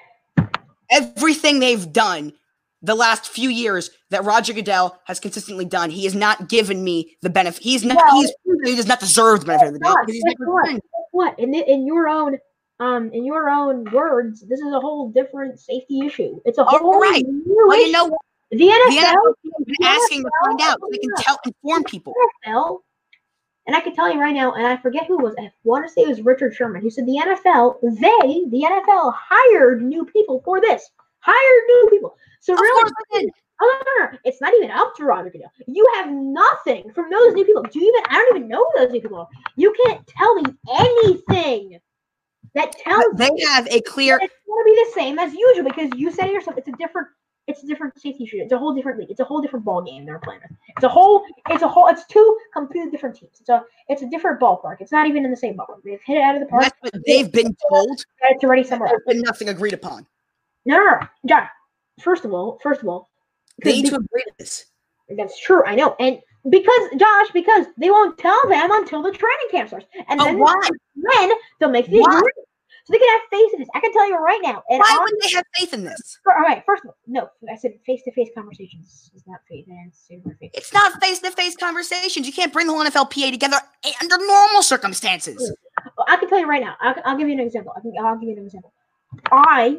Everything they've done the last few years that Roger Goodell has consistently done, he has not given me the benefit. He's not. Well- he's, he does not deserve the benefit of the doubt. Josh, because he's guess never what? done. Guess what? In the, in your own um in your own words, this is a whole different safety issue. It's a All whole right. new Well, you issue. know, what? The NFL, the NFL has been asking to find out so they can tell inform people. the NFL And I can tell you right now, and I forget who it was. I want to say it was Richard Sherman who said the NFL, they, the NFL, hired new people for this. Hired new people. So Of really, course they did. Oh, no, no, no. It's not even up to Roger Goodell. You have nothing from those new people. Do you even? I don't even know who those new people are. You can't tell me anything that tells But me They have a clear. that it's going to be the same as usual because you said it yourself. It's a different. It's a different safety shoot. It's a whole different league. It's a whole different ball game they're playing. with. It's a whole. It's a whole. It's two completely different teams. It's a. It's a different ballpark. It's not even in the same ballpark. They've hit it out of the park. That's what they've been told. and It's already somewhere. There's Else. been nothing agreed upon. No, no, no, John. First of all, first of all, They need to agree to this. That's true. I know. And because Josh, because they won't tell them until the training camp starts, and But then why? when they'll make the Why? agreement. So they can have faith in this. I can tell you right now. And Why I'll- would they have faith in this? for- all right, first of all, no, I said face-to-face conversations is not faith. I didn't say we're faith. It's not face to face conversations. You can't bring the whole NFLPA together a- under normal circumstances. Well, I can tell you right now. I'll, I'll give you an example. I can, I'll give you an example. I,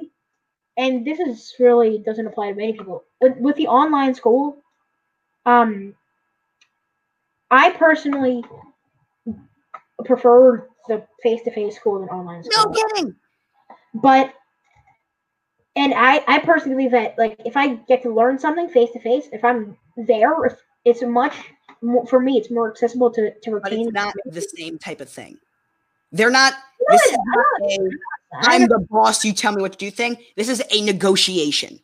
and this is really doesn't apply to many people. With, with the online school, um, I personally prefer the face-to-face school than online No school. kidding. But, and I, I personally believe that like if I get to learn something face-to-face, if I'm there, if it's much more, for me, it's more accessible to to But retain. it's not the same type of thing. They're not. No, This it's is not. not a I I'm know- the boss, you tell me what to do thing. This is a negotiation.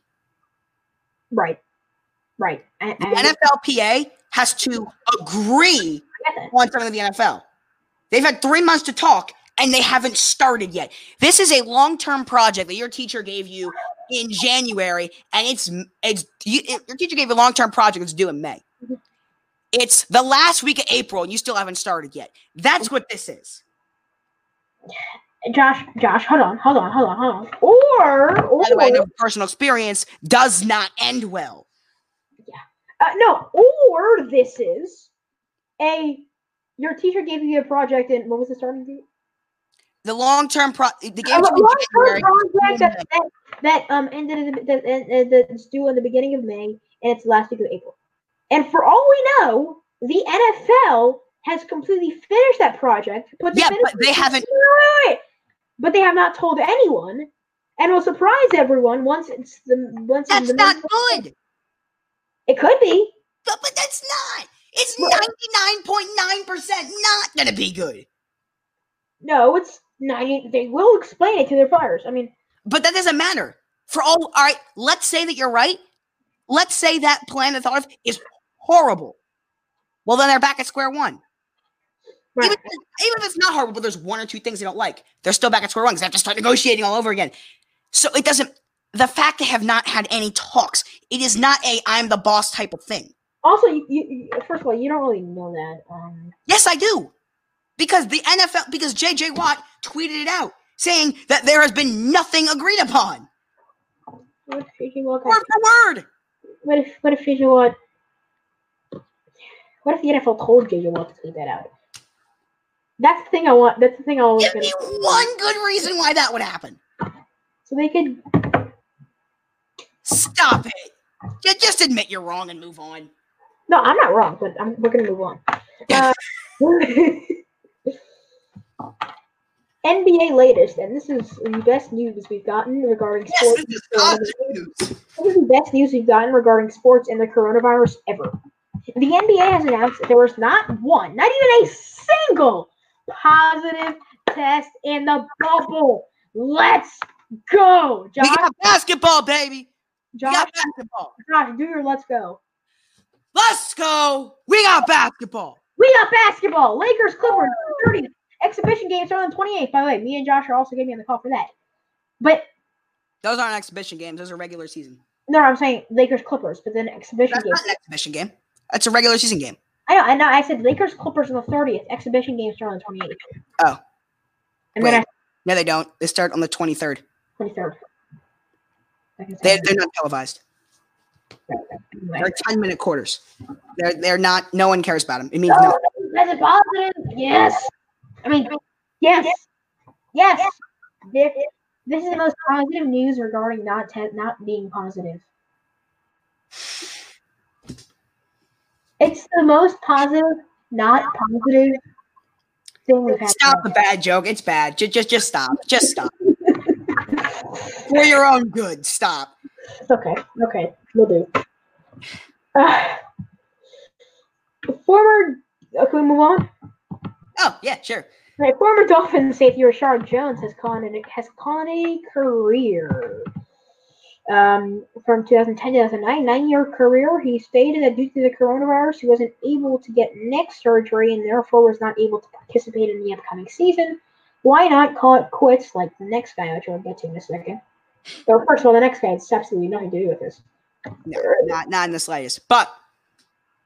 right, right. I, The I- NFLPA has to agree I get that. on something with the NFL. They've had three months to talk and they haven't started yet. This is a long-term project that your teacher gave you in January, and it's it's you, it- your teacher gave you a long-term project that's due in May. Mhm. It's the last week of April, and you still haven't started yet. That's what this is. Josh, Josh, hold on, hold on, hold on, hold on. Or, or By the way, I know from personal experience does not end well. uh, no, or this is a your teacher gave you a project and what was the starting date? The long-term pro they gave A it to you in long-term January. project that, that, that um ended in the, that, that, that's due in the beginning of May and it's the last week of April. And for all we know, the NFL has completely finished that project. But they Yeah, finished- but they haven't- Wait, wait, wait, wait. But they have not told anyone, and will surprise everyone once it's the once it's That's the not good. It could be. But but that's not. It's Well- uh 99.9% not going to be good. No, it's ninety. They will explain it to their players. I mean, But that doesn't matter. For all, all right, let's say that you're right. Let's say that plan that thought of is horrible. Well, then they're back at square one. right, Even, if- even if it's not horrible, but there's one or two things they don't like, they're still back at square one because they have to start negotiating all over again. So it doesn't, the fact they have not had any talks, it is not a I'm the boss type of thing. Also, you, you, you- first of all, you don't really know that. Um, Yes, I do. Because the NFL, because JJ Watt tweeted it out saying that there has been nothing agreed upon. what if JJ Watt? Word got- for word. What if what if JJ Watt? What if the NFL told JJ Watt to tweet that out? That's the thing I want. That's the thing I was Give gonna. me one good reason why that would happen. So they could. Stop it. Ju- Just admit you're wrong and move on. No, I'm not wrong, but I'm, we're gonna move on. Uh, NBA latest, and this is the best news we've gotten regarding Yes, sports. this is and positive coronavirus. news. This is the best news we've gotten regarding sports and the coronavirus ever. The NBA has announced that there was not one, not even a single positive test in the bubble. Let's go, We Josh. got basketball, baby. We Josh, got basketball. Josh, do your let's go. Let's go. We got basketball. We got basketball. Lakers, Clippers, 30th. Exhibition games start on the 28th. By the way, me and Josh are also going to be on the call for that. But Those aren't exhibition games. Those are regular season. no, I'm saying Lakers, Clippers, but then exhibition That's games. not an exhibition game. That's a regular season game. I know, I know. I said Lakers, Clippers on the 30th. Exhibition games start on the 28th. Oh. And then I Wait. No, they don't. They start on the 23rd. 23rd. I can They're, say they're not televised. it. They're 10 minute quarters. They're, they're not, no one cares about them. It means no. Oh, that's a positive. Yes. I mean, yes. Yes. This, this is the most positive news regarding not te- not being positive. It's the most positive not positive thing we've had. Stop the bad joke. It's bad. Just, just, just stop. Just stop. For your own good, stop. Okay, okay, we'll do. Uh, former, uh, can we move on? Oh yeah, sure. All right, former Dolphins safety Rashard Jones has gone in, has gone a career. Um, from 2010 to 2009, nine-year career. He stated that due to the coronavirus, he wasn't able to get neck surgery and therefore was not able to participate in the upcoming season. Why not call it quits like the next guy, which I'll get to in a second? But first of all, the next guy has absolutely nothing to do with this. No, not, not in the slightest. But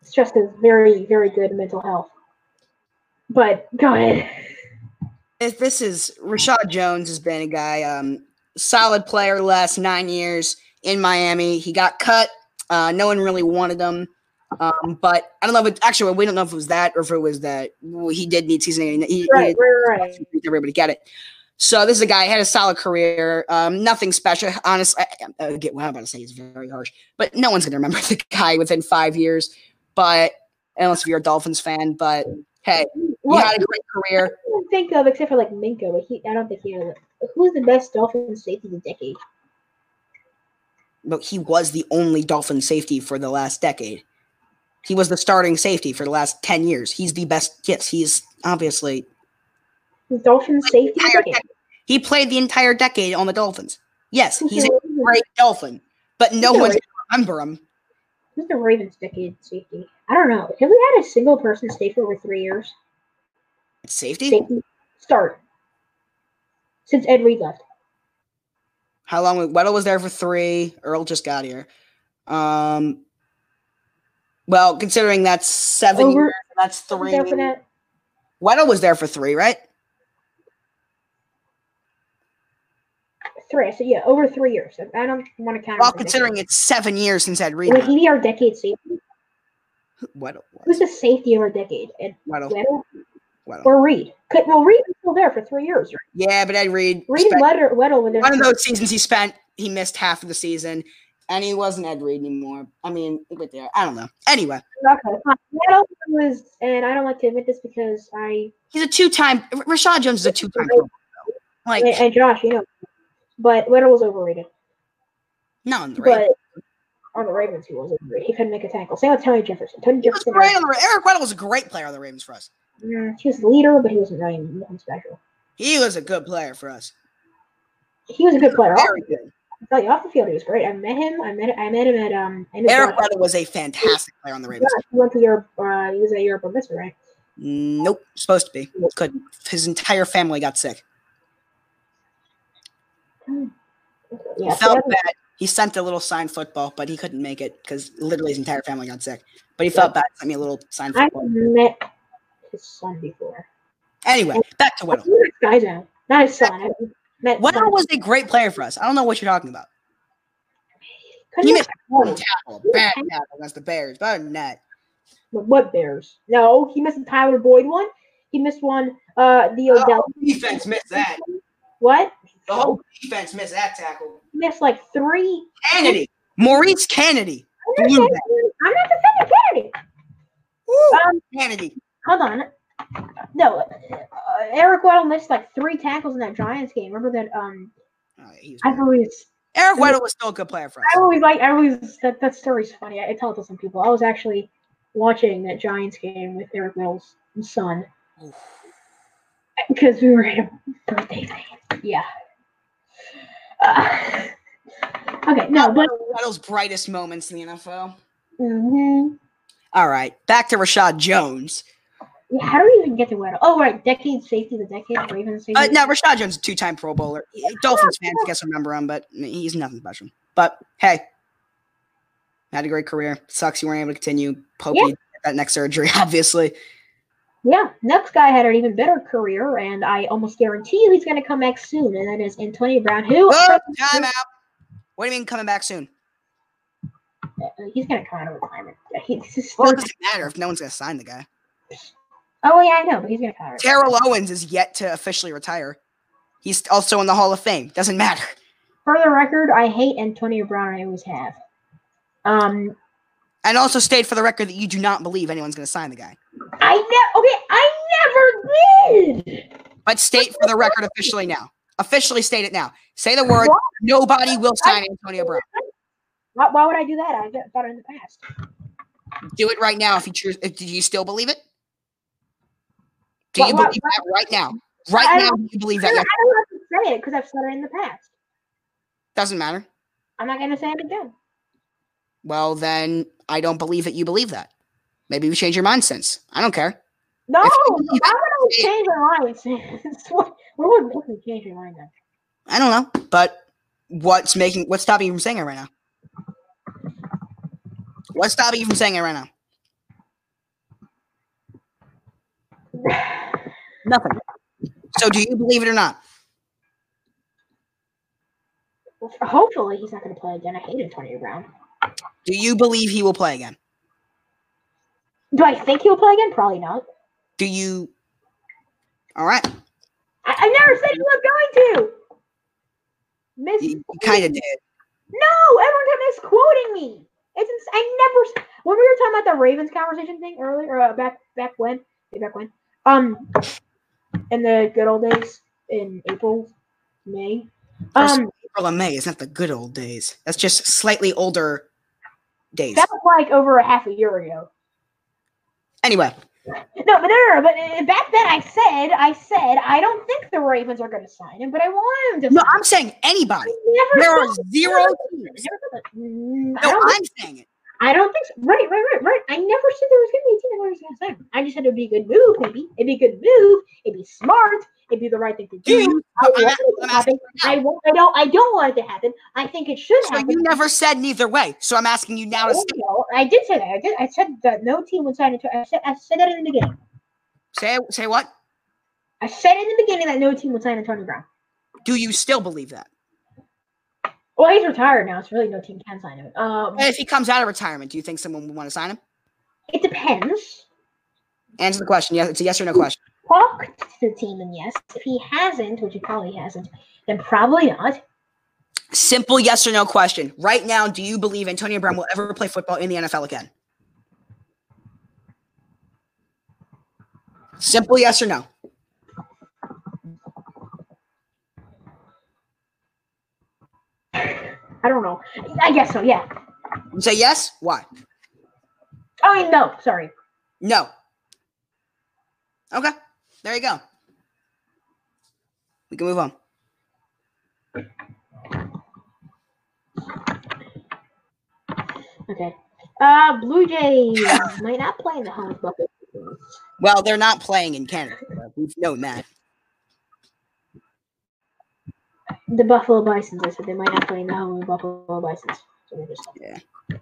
It's just a very, very good mental health. But go ahead. if this is Rashad Jones has been a guy, um, solid player last nine years in Miami. He got cut. Uh, no one really wanted him. Um, but I don't know if it, actually we don't know if it was that or if it was that well, he did need season. He, he Right, needed right, right. everybody get it. So this is a guy had a solid career, um, nothing special. Honestly, I, I get what I'm about to say. He's very harsh, but no one's gonna remember the guy within five years. But unless if you're a Dolphins fan, but hey, he Right. had a great career. I don't think of except for like Minka, but he I don't think he had a- who's the best Dolphin safety of the decade? but he was the only Dolphin safety for the last decade. He was the starting safety for the last 10 years. He's the best. Yes, he's obviously. Dolphin safety of the entire decade. decade. He played the entire decade on the Dolphins. Yes, he's a Who's the- great Dolphin, but no Yeah. one's going to remember him. Who's the Ravens decade safety? I don't know. Have we had a single person stay for over three years? Safety? Safety start. Since Ed Reed left. How long? Weddle was there for three. Earl just got here. Um, well, considering that's seven, Over- years, that's Who's three. there for that? Weddle was there for three, right? Three. I said yeah, over three years. I- I don't want to count. Well, over the considering it's seven years since Ed decade. Reed. Would he be our decade safety? Weddle Who's was. the safety of our decade? Ed Weddle. Weddle Weddle. or Reed? Could, well, Reed was still there for three years. right? Yeah, but Ed Reed. Reed and spent- Weddle, Weddle were there. one of those seasons he spent, he missed half of the season, and he wasn't Ed Reed anymore. I mean, but there, I don't know. Anyway, Okay. fine. Uh, Weddle was, and I don't like to admit this because I he's a two-time. R- Rashad Jones is a two-time. Pro Bowler, though. Like, and, and Josh, you know, but Weddle was overrated. not on the right. But on the Ravens, he was overrated. He couldn't make a tackle. Same with Tony Jefferson. Tony He was Jefferson, great on the, Eric Weddle was a great player on the Ravens for us. mm, he was the leader, but he wasn't really nothing special. He was a good player for us. He was a good player. Off, Very good. I tell you, off the field, he was great. I met him. I met. I met him at um. I met Eric Josh. Weddle was a fantastic player on the Ravens. Josh, He went to Europe. Uh, he was at Europe on this, right? Nope, supposed to be. Couldn't. His entire family got sick. Yeah. so felt that was- bad. He sent a little signed football, but he couldn't make it because literally his entire family got sick. But he felt bad. Sent me a little signed I football. met his son before. Anyway, back to I Weddle. knew this guy's out. Not his son. I met. Weddle was a great player for us. I don't know what you're talking about. Couldn't He make missed one one. tackle, Oh, bad tackle against the Bears. But other than that, But what Bears? No, he missed the Tyler Boyd one. He missed one. Uh, the Oh, Odell. defense missed that. What? The whole defense missed that tackle. He missed like three. Kennedy, Maurice Kennedy, I'm Blew not defending- I'm not defending Kennedy. Woo! Um, Kennedy. hold on. No, uh, Eric Weddle missed like three tackles in that Giants game. Remember that? Um, Oh, he was I've always, Eric Weddle was still a good player for I us. always like, I always that that story's funny. I, I tell it to some people. I was actually watching that Giants game with Eric Weddle's son Oof. because we were at a birthday thing. Yeah. Uh, okay. No, but. Weddle's brightest moments in the NFL. mhm. All right, back to Rashad Jones. Uh, Yeah, How do we even get to Weddle? Oh, right, decade safety, the decade of Ravens safety. Uh, now Rashad Jones, is a two-time Pro Bowler. Dolphins fans guess remember him, but he's nothing special. But hey, had a great career. Sucks you weren't able to continue. Hope Yeah. you get that next surgery, obviously. Yeah, next guy had an even better career, and I almost guarantee you he's going to come back soon, and that is Antonio Brown, who Oh, time out. What do you mean coming back soon? Uh, he's going to come out of retirement. Yeah, he- he's just- Well, it doesn't matter if no one's going to sign the guy. oh, yeah, I know, but he's going to come out of retirement. Terrell Owens is yet to officially retire. He's also in the Hall of Fame. Doesn't matter. For the record, I hate Antonio Brown, I always have. Um, And also state for the record that you do not believe anyone's going to sign the guy. I I ne- okay, I never did. But state for the record officially now. Officially state it now. Say the word. Nobody will sign Antonio Brown. Why, why would I do that? I've done it in the past. Do it right now if you choose. If, do you still believe it? Do you Why- why- believe that right now? Right I now, don't- do you believe I that? don't Yeah. have to say it because I've said it in the past. Doesn't matter. I'm not gonna say it again. Well, then I don't believe that you believe that. Maybe we change your mind since. I don't care. No, If how you- would I change my mind? since- what, what would make me change my mind then? I don't know. But what's making what's stopping you from saying it right now? What's stopping you from saying it right now? Nothing. So do you believe it or not? Hopefully, he's not gonna play again. I hate Antonio Brown. Do you believe he will play again? Do I think he'll play again? Probably not. Do you All right. I, I never said he was going to. Miss, You, you kind of did. No, everyone kept misquoting me. It's ins- I never s- when we were talking about the Ravens conversation thing earlier, uh, back back when, way back when, um, in the good old days in April, May, First- um, April and May is not the good old days. That's just slightly older days. that was like over a half a year ago. Anyway, No, but no, no, no, but uh, back then I said, I said I don't think the Ravens are going to sign him, but I want him to. no, sign I'm saying anybody. him. I never There said- are zero teams. never said that. Mm, I No, don't think- I'm saying it. I don't think so. Right, right, right, right. I never said there was going to be a team that was going to sign him. I just said it would be a good move, maybe. It'd be a good move. It'd be smart. It'd be the right thing to Do do. you? I I'm want asking- it I'm to asking happen. I, won't, I, don't, I don't want it to happen. I think it should So happen. you never said neither way. So I'm asking you now to Oh, say, no, I did say that. I did. I said that no team would sign it. I said, I said that in the beginning. say say what? I said in the beginning that no team would sign Antonio Brown. Do you still believe that? Well, he's retired now, so really no team can sign him. Um, And if he comes out of retirement, do you think someone would want to sign him? it depends. Answer the question. Yes, it's a yes or no question. Talk to the team, and yes, if he hasn't, which he probably hasn't, then probably not. Simple yes or no question. Right now, do you believe Antonio Brown will ever play football in the NFL again? Simple yes or no. I don't know. I guess so. Yeah. You say yes. Why? I mean, no. Sorry. No. Okay. There you go. We can move on. Okay. Uh, Blue Jays might not play in the home bucket. Well, they're not playing in Canada. We've known that. The Buffalo Bisons. I said they might not play in the home of Buffalo Bisons. So they're just Yeah.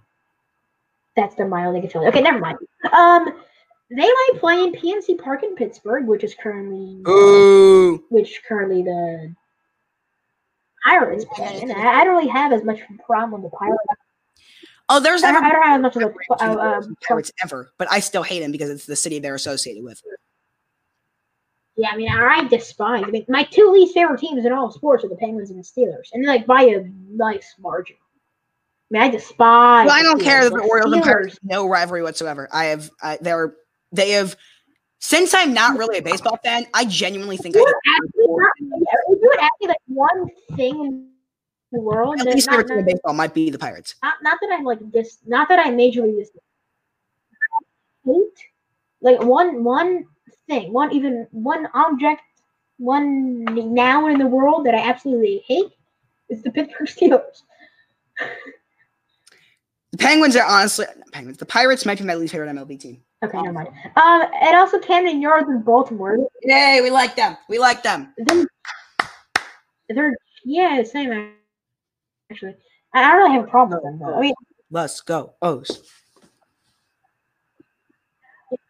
That's the mile they can fill. Okay, never mind. Um, they might play in PNC Park in Pittsburgh, which is currently Ooh. which currently the Pirates play in. I I don't really have as much problem with the Pirates. Oh, there's I never don't, I don't have as much of Pirates the uh, uh, pro- ever, but I still hate him because it's the city they're associated with. Yeah, I mean, I despise. I mean, my two least favorite teams in all of sports are the Penguins and the Steelers, and like by a nice margin. I mean, I despise. Well, I don't the care Steelers, that the Orioles and Pirates Steelers- no rivalry whatsoever. I have I, they're they have since I'm not really a baseball fan, I genuinely think I You hate would ask me not- them. yeah, if you would ask me like one thing in the world, my then least not, favorite team in not, baseball might be the Pirates. not, not that I like this, not that I majorly dis hate, like one one thing, one even one object, one noun in the world that I absolutely hate is the Pittsburgh Steelers. The Penguins are honestly not Penguins. The Pirates might be my least favorite MLB team. Okay, Um, never mind. Um, and also Camden Yards in Baltimore. Yay, we like them. We like them. They're, they're yeah, same actually. I I don't really have a problem with them though. I mean, Let's go. Oh,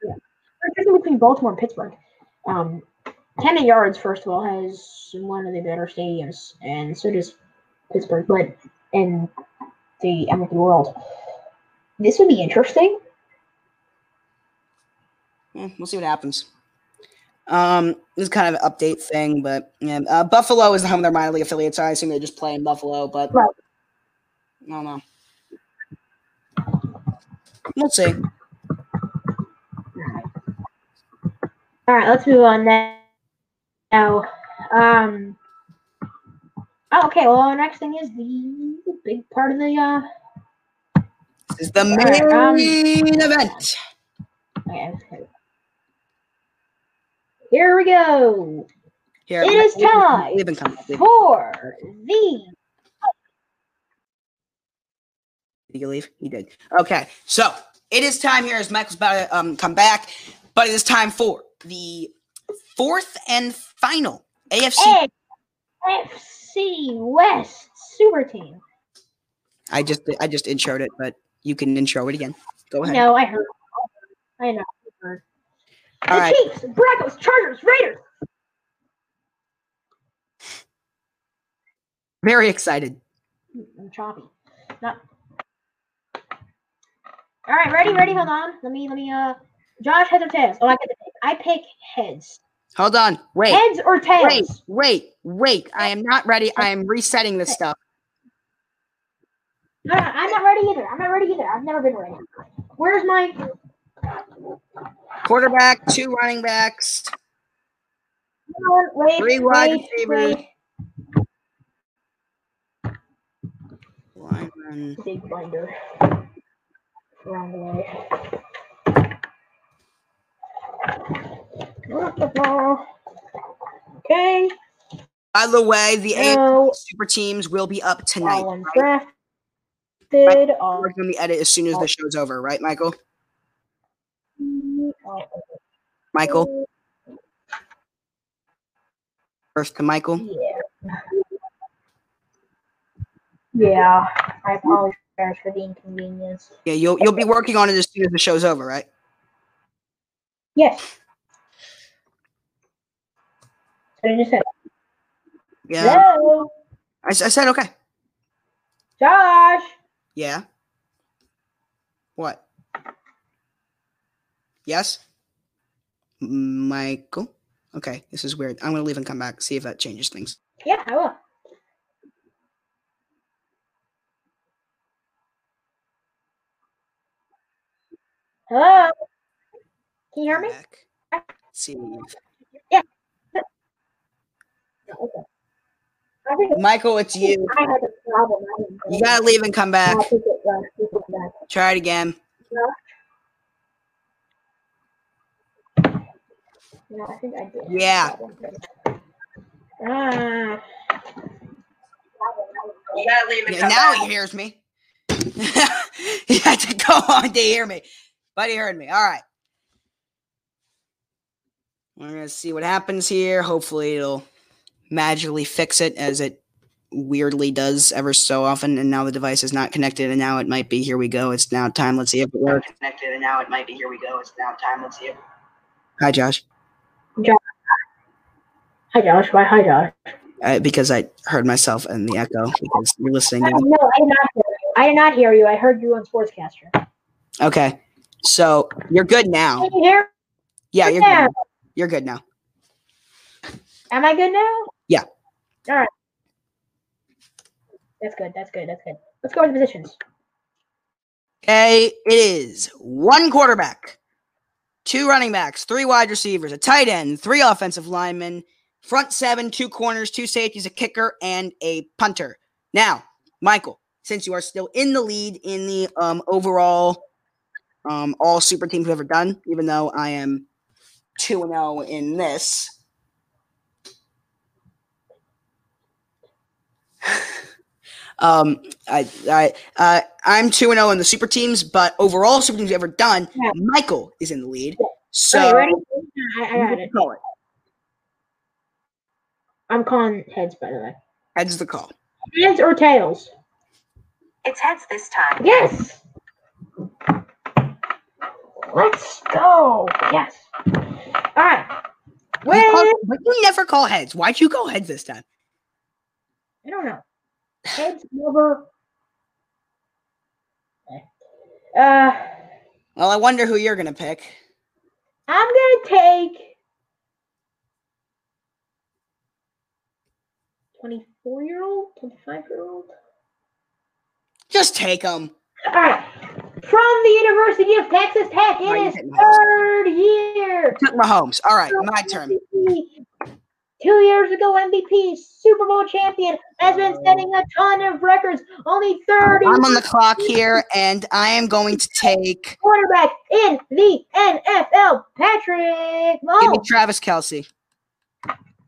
the difference between Baltimore and Pittsburgh. Um, Camden Yards, first of all, has one of the better stadiums, and so does Pittsburgh. But in the MLB world, this would be interesting. Yeah, Hmm, we'll see what happens. Um, this is kind of an update thing, but yeah, uh, Buffalo is the home of their minor league affiliate, so I assume they just play in Buffalo, but Right. I don't know. We'll see. All right, let's move on now. Um. Oh, okay. Well, next thing is the big part of the uh, This is the main right, um, event. Okay. Here we go Here, It is leave him- time. Leave him come. Leave him. for the Did you leave? He did. Okay, so it is time here as Michael's about to um, come back, but it is time for the fourth and final AFC. AFC West Super Team. I just I just introed it, but you can intro it again. Go ahead. No, I heard. I know. I heard. The All right. Chiefs, Broncos, Chargers, Raiders. Very excited. Mm, I'm choppy. No. All right, ready, ready. Hold on. Let me, let me. Uh, Josh heads or tails. Oh, I get to pick. I pick heads. Hold on. Wait. Heads or tails. Wait. Wait. Wait. I am not ready. I am resetting this stuff. No, no, I'm not ready either. I'm not ready either. I've never been ready. Where's my? Quarterback, two running backs. Hold on, Wait, Three wide wait, receivers. wait. lineman. Big binder. Wrong way. Not the ball. Okay. By the way, the AFC No. super teams will be up tonight. All one's right? drafted. All. We're going to edit as soon Oh. as the show's over, right, Michael? all- Michael. First to Michael. Yeah. Yeah. I apologize for the inconvenience. Yeah, you'll you'll be working on it as soon as the show's over, right? Yes. What did you say? Yeah. Hello, I, s- I said okay. Josh. Yeah. What? Yes? Michael? Okay, this is weird. I'm going to leave and come back, see if that changes things. Yeah, I will. Hello? Can you hear me? Back. See. No, okay. I think Michael, it's you. I had a problem. I didn't You got to leave and come back. I'll take it back, take it back. Try it again. No, I think I did. Yeah. Ah. Yeah, now he hears me. he had to go on to hear me, but he heard me. All right. We're going to see what happens here. Hopefully, it'll magically fix it as it weirdly does ever so often. And now the device is not connected, and now it might be. Here we go. It's now time. Let's see if it works. Connected, and now it might be. Here we go. It's now time. Let's see if. Hi, Josh. Hi, Josh. Why, hi, Josh. Uh, because I heard myself and the echo because you're listening to No, I did not hear you. I did not hear you. I heard you on Sportscaster. the- Okay. So you're good now. Can you hear Yeah, me you're now? good. You're good now. Am I good now? Yeah. All right. That's good. That's good. That's good. Let's go over the positions. Okay, it is one quarterback, two running backs, three wide receivers, a tight end, three offensive linemen, front seven, two corners, two safeties, a kicker, and a punter. Now, Michael, since you are still in the lead in the um, overall um, all super teams we've ever done, even though I am 2 and 0 in this. um, I, I, uh, I'm 2 and 0 in the super teams, but overall super teams we've ever done, Yeah. Michael is in the lead. So, All right, ready? I, I you got get it. to call it. I'm calling heads, by the way. Heads the call. Heads or tails? It's heads this time. Yes. Let's go. Yes. All right. You Well, call- but you never call heads. Why'd you call heads this time? I don't know. Heads never. Uh, Well, I wonder who you're gonna pick. I'm gonna take twenty-four year old, twenty-five year old. Just take them. All right. From the University of Texas Tech in Why you his hitting my house? third year, took Mahomes. All right, my turn. Two years ago, MVP, Super Bowl champion, has been setting a ton of records. Only 30 Oh. I'm on the clock here, and I am going to take. quarterback in the NFL, Patrick Give me Mahomes. Travis Kelsey.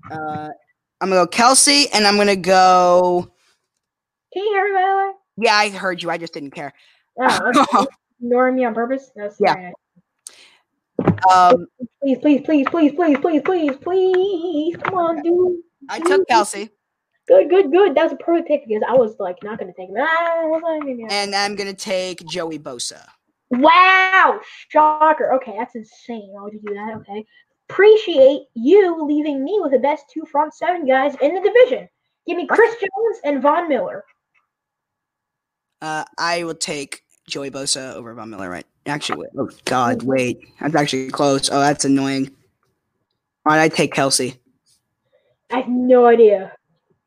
Uh, I'm gonna go Kelsey, and I'm gonna go. Can you hear me, by the way? Yeah, I heard you. I just didn't care. Oh, okay. ignoring me on purpose? No, it's Yeah. fine. um, Please, please, please, please, please, please, please, please. Come on, dude. I took Kelsey, Good, good, good. That was a perfect pick because I was like not gonna take him. Ah, what's my name? and I'm gonna take Joey Bosa. Wow, shocker. Okay, that's insane. Why would you do that? Okay. Appreciate you leaving me with the best two front seven guys in the division. Give me Chris Jones and Von Miller. Uh, I will take Joey Bosa over Von Miller. Right? Actually, wait. oh God, wait. That's actually close. Oh, that's annoying. Why did I take Kelsey? I have no idea.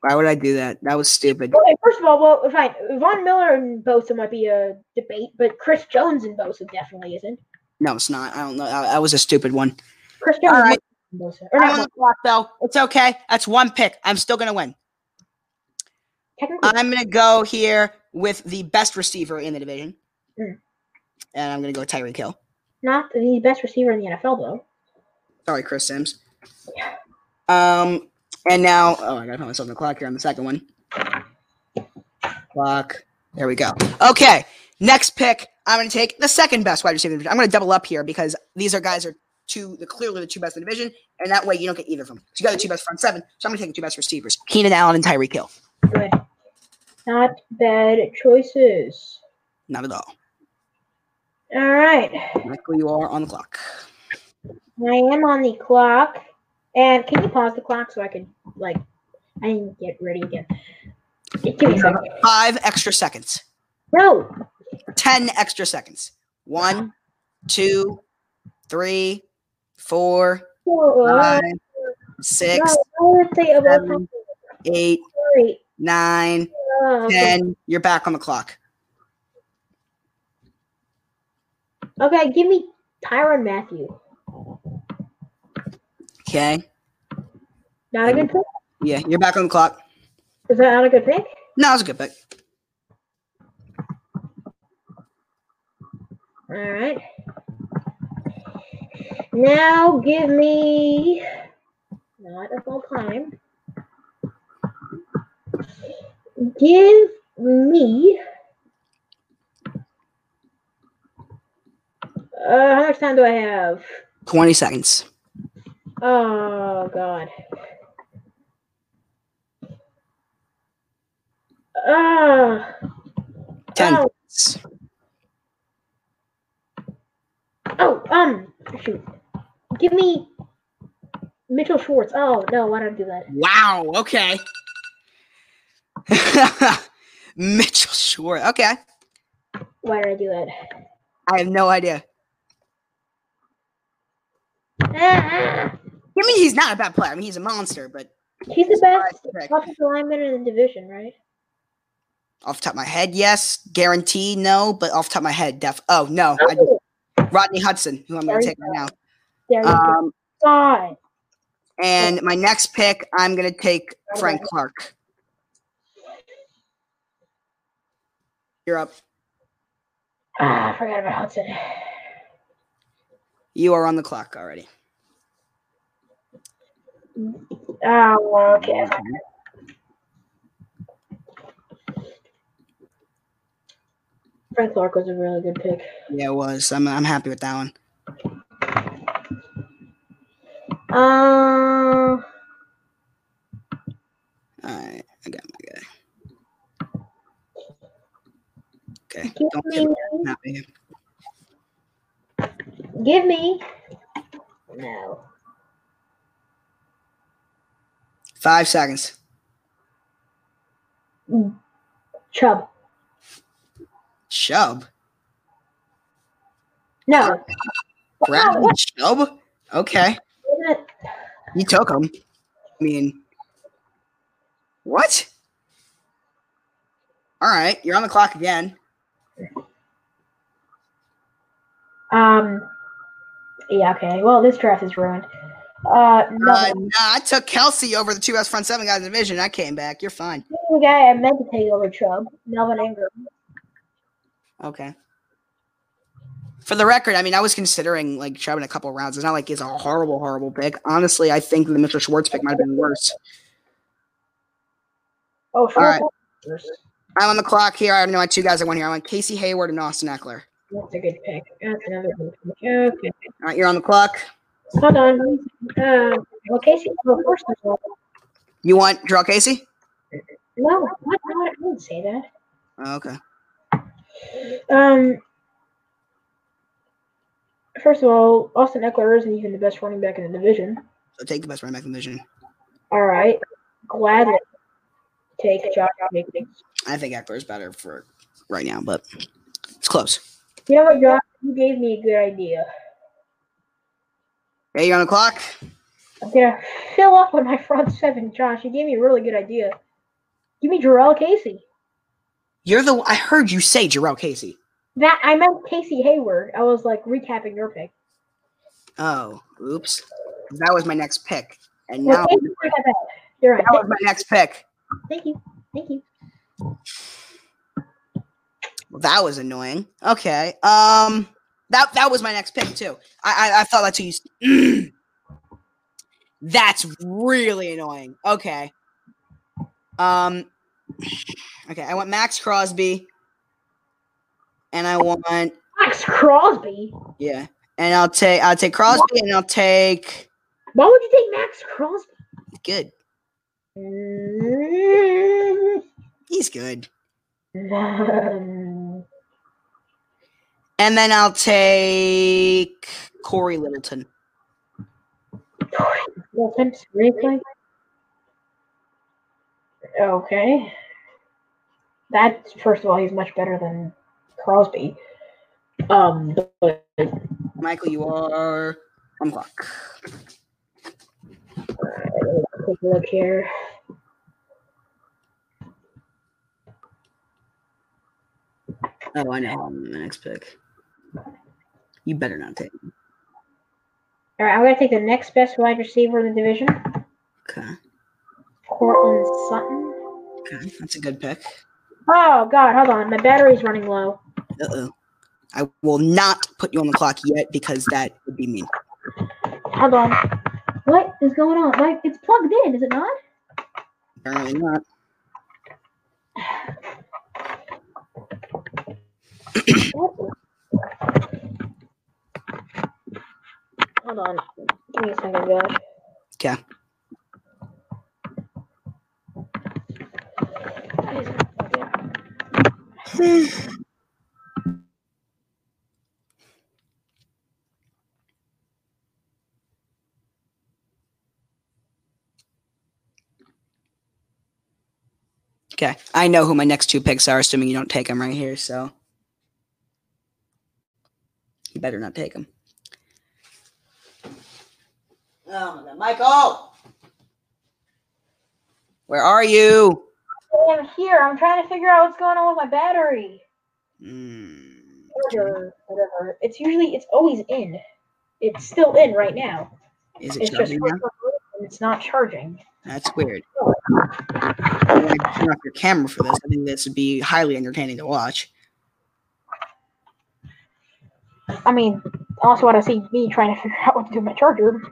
Why would I do that? That was stupid. Okay, first of all, well, fine. Von Miller and Bosa might be a debate, but Chris Jones and Bosa definitely isn't. No, it's not. I don't know. That that was a stupid one. Chris Jones All right. Um, and Bosa. Or I'm not, on Bosa, the clock though. It's okay. That's one pick. I'm still gonna win. technically. I'm gonna go here with the best receiver in the division, Mm. and I'm gonna go Tyreek Hill. not the best receiver in the NFL, though. Sorry, Chris Sims. Um, and now, oh, I gotta put myself on the clock here on the second one. Clock. There we go. Okay, next pick. I'm gonna take the second best wide receiver. in the division. I'm gonna double up here because these are guys are two, they're clearly the two best in the division, and that way you don't get either of them. So you got the two best front seven. So I'm gonna take the two best receivers, Keenan Allen and Tyreek Hill. Good. Not bad choices. Not at all. All right. Michael, you are on the clock. I am on the clock. And can you pause the clock so I can, like, I can get ready again? Give me a second. Five extra seconds. No. Ten extra seconds. One, two, three, four, Uh, five, six, no, I would say about seven, eight, three. nine, Uh, okay. ten. You're back on the clock. okay, give me Tyron Matthew. Okay. Not a good pick? Yeah, you're back on the clock. Is that not a good pick? No, that was a good pick. All right. Now give me not of all time. Give me. Uh, how much time do I have? 20 seconds. Oh God. Ah. 10 Oh, seconds. oh, um, shoot. Give me Mitchell Schwartz. Oh no, why did I do that? Wow. Okay. Mitchell Short. Okay. Why did I do that? I have no idea. Ah, I mean, he's not a bad player. I mean, he's a monster, but he's the best Correct. offensive lineman in the division, right? off the top of my head, yes. Guarantee, no. But off the top of my head, def. Oh no, I just, Oh, Rodney Hudson, who I'm There going to you take right there you now. go. Um, God. and my next pick, I'm going to take Frank Clark. You're up. Ah, I forgot about Hudson. You are on the clock already. Oh, well, okay. Frank Clark was a really good pick. Yeah, it was. I'm I'm happy with that one. Uh, All right, I got my guy. Okay, give don't me, get happy. give me. No. Five seconds. Chubb. Chubb. No. Bradley what? Chubb. Okay. Isn't it? You took him. I mean, what? All right, you're on the clock again. Um, Yeah, okay. Well, this draft is ruined. Uh, Uh, no. nah, I took Kelsey over the two best front seven guys in the division. I came back. You're fine. The only guy I meant to take over Chubb, Melvin Ingram. Okay. For the record, I mean, I was considering like Chubb in a couple rounds. It's not like it's a horrible, horrible pick. Honestly, I think the Mitchell Schwartz pick might have been worse. Oh, sure. right. I'm on the clock here. I already know my two guys I want here. I want Casey Hayward and Austin Eckler. That's a good pick. That's another good pick. Okay. All right, you're on the clock. Hold on. Uh, well, Casey, well, first of all, You want Draw Casey? no, what? No, I wouldn't say that. Oh, okay. Um, first of all, Austin Eckler isn't even the best running back in the division. So take the best running back in the division. All right, gladly take Josh Jacobs. I think Eckler is better for right now, but it's close. You know what, Josh? You gave me a good idea. Hey, you're on the clock. I'm gonna fill up on my front seven, Josh. You gave me a really good idea. Give me Jarrell Casey. You're the. I heard you say Jarrell Casey. That I meant Casey Hayward. I was like recapping your pick. Oh, oops. That was my next pick, and Well, now Casey Hayward got that. You're right. that was my next pick. Thank you. Thank you. Well, that was annoying. Okay. Um that that was my next pick too. I I, I thought that's who you s- That's really annoying. Okay. Um okay, I want Max Crosby and I want Max Crosby. yeah. And I'll take I'll take Crosby and I'll take Why would you take Max Crosby? good. Mm, He's good. um, And then I'll take Corey Littleton. well, thanks, seriously? Okay. That first of all, he's much better than Crosby. Um, but Michael, you are on the clock. take a look here. Oh, I know. I'm the next pick. You better not take. him. All right, I'm gonna take the next best wide receiver in the division, Okay. Cortland Sutton. Okay. That's a good pick. Oh God, hold on, my battery's running low. Uh oh. I will not put you on the clock yet because that would be mean. Hold on. What is going on? Like it's plugged in, is it not? Apparently not. Hold on. Give me a second, Josh. 'Kay. Okay. I know who my next two picks are, assuming you don't take them right here. So you better not take them. Oh my God, Michael! Where are you? I'm here. I'm trying to figure out what's going on with my battery. Mm, Whatever. whatever. It's usually, it's always in. It's still in right now. is it It's just charging now? and it's not charging. That's weird. I'm gonna turn off your camera for this. I think this would be highly entertaining to watch. I mean, also, I don't see me trying to figure out what to do with my charger.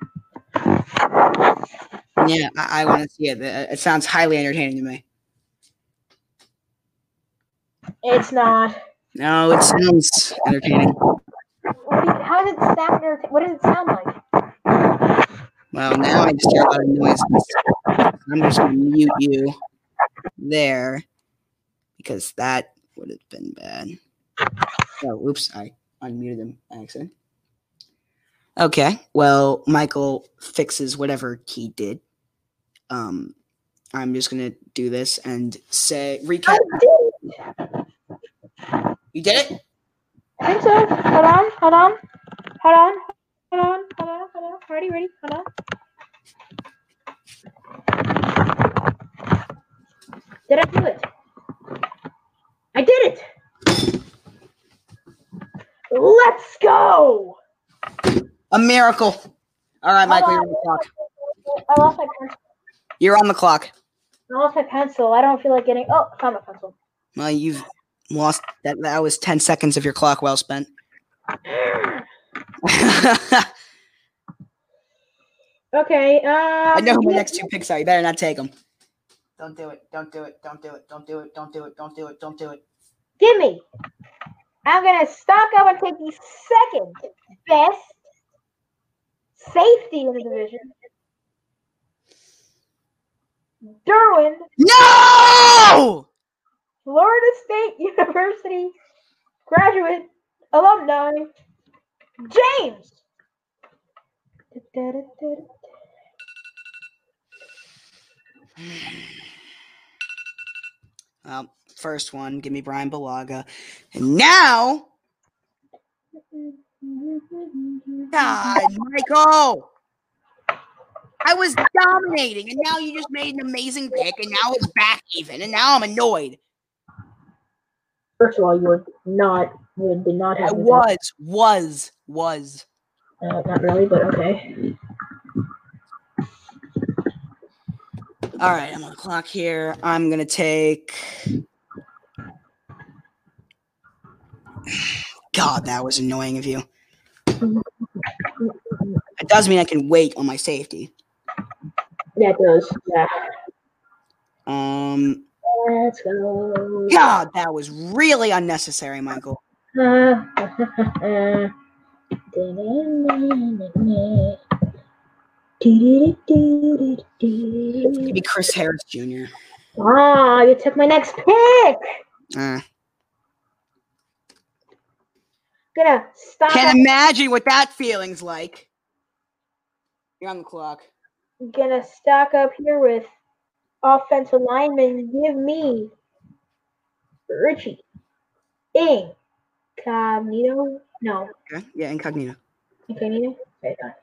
Yeah, I, I want to see it. Uh, It sounds highly entertaining to me. It's not. No, it sounds entertaining. What do you, how does it sound? Or what does it sound like? Well, now I just hear a lot of noises. I'm just going to mute you there because that would have been bad. Oh, oops, I unmuted him by accident. Okay, well, Michael fixes whatever he did. Um, I'm just going to do this and say, recap. You did it? I think so. Hold on, hold on, hold on, hold on, hold on, hold on. Ready, ready, hold on. Did I do it? I did it! Let's go! A miracle. All right, Michael, you're on the clock. I lost my pencil. You're on the clock. I lost my pencil. I don't feel like getting. Oh, I found my pencil. Well, you've lost that. That was 10 seconds of your clock well spent. I Okay. Um, know who my next two picks are. You better not take them. Don't do it. Don't do it. Don't do it. Don't do it. Don't do it. Don't do it. Don't do it. Give me. I'm gonna stock up and take the second best safety in the division. Derwin, No! Florida State University graduate alumni, James. Um, first one, give me Brian Balaga. And now, God, Michael. I was dominating, and now you just made an amazing pick, and now it's back even, and now I'm annoyed. First of all, you were not, you did not I have. the best- was, was, was. Uh, not really, but okay. All right, I'm on the clock here. I'm gonna take. God, that was annoying of you. It does mean I can wait on my safety. Yeah, it does. Yeah. Um, Let's go. God, that was really unnecessary, Michael. Ah, Give me Chris Harris Jr. Ah, you took my next pick. Uh, Gonna stop. can't imagine what that feeling's like. You're on the clock. gonna stock up here with offensive linemen. Give me Richie Incognito. No, Okay. Yeah, incognito. Incognito. Okay, fine.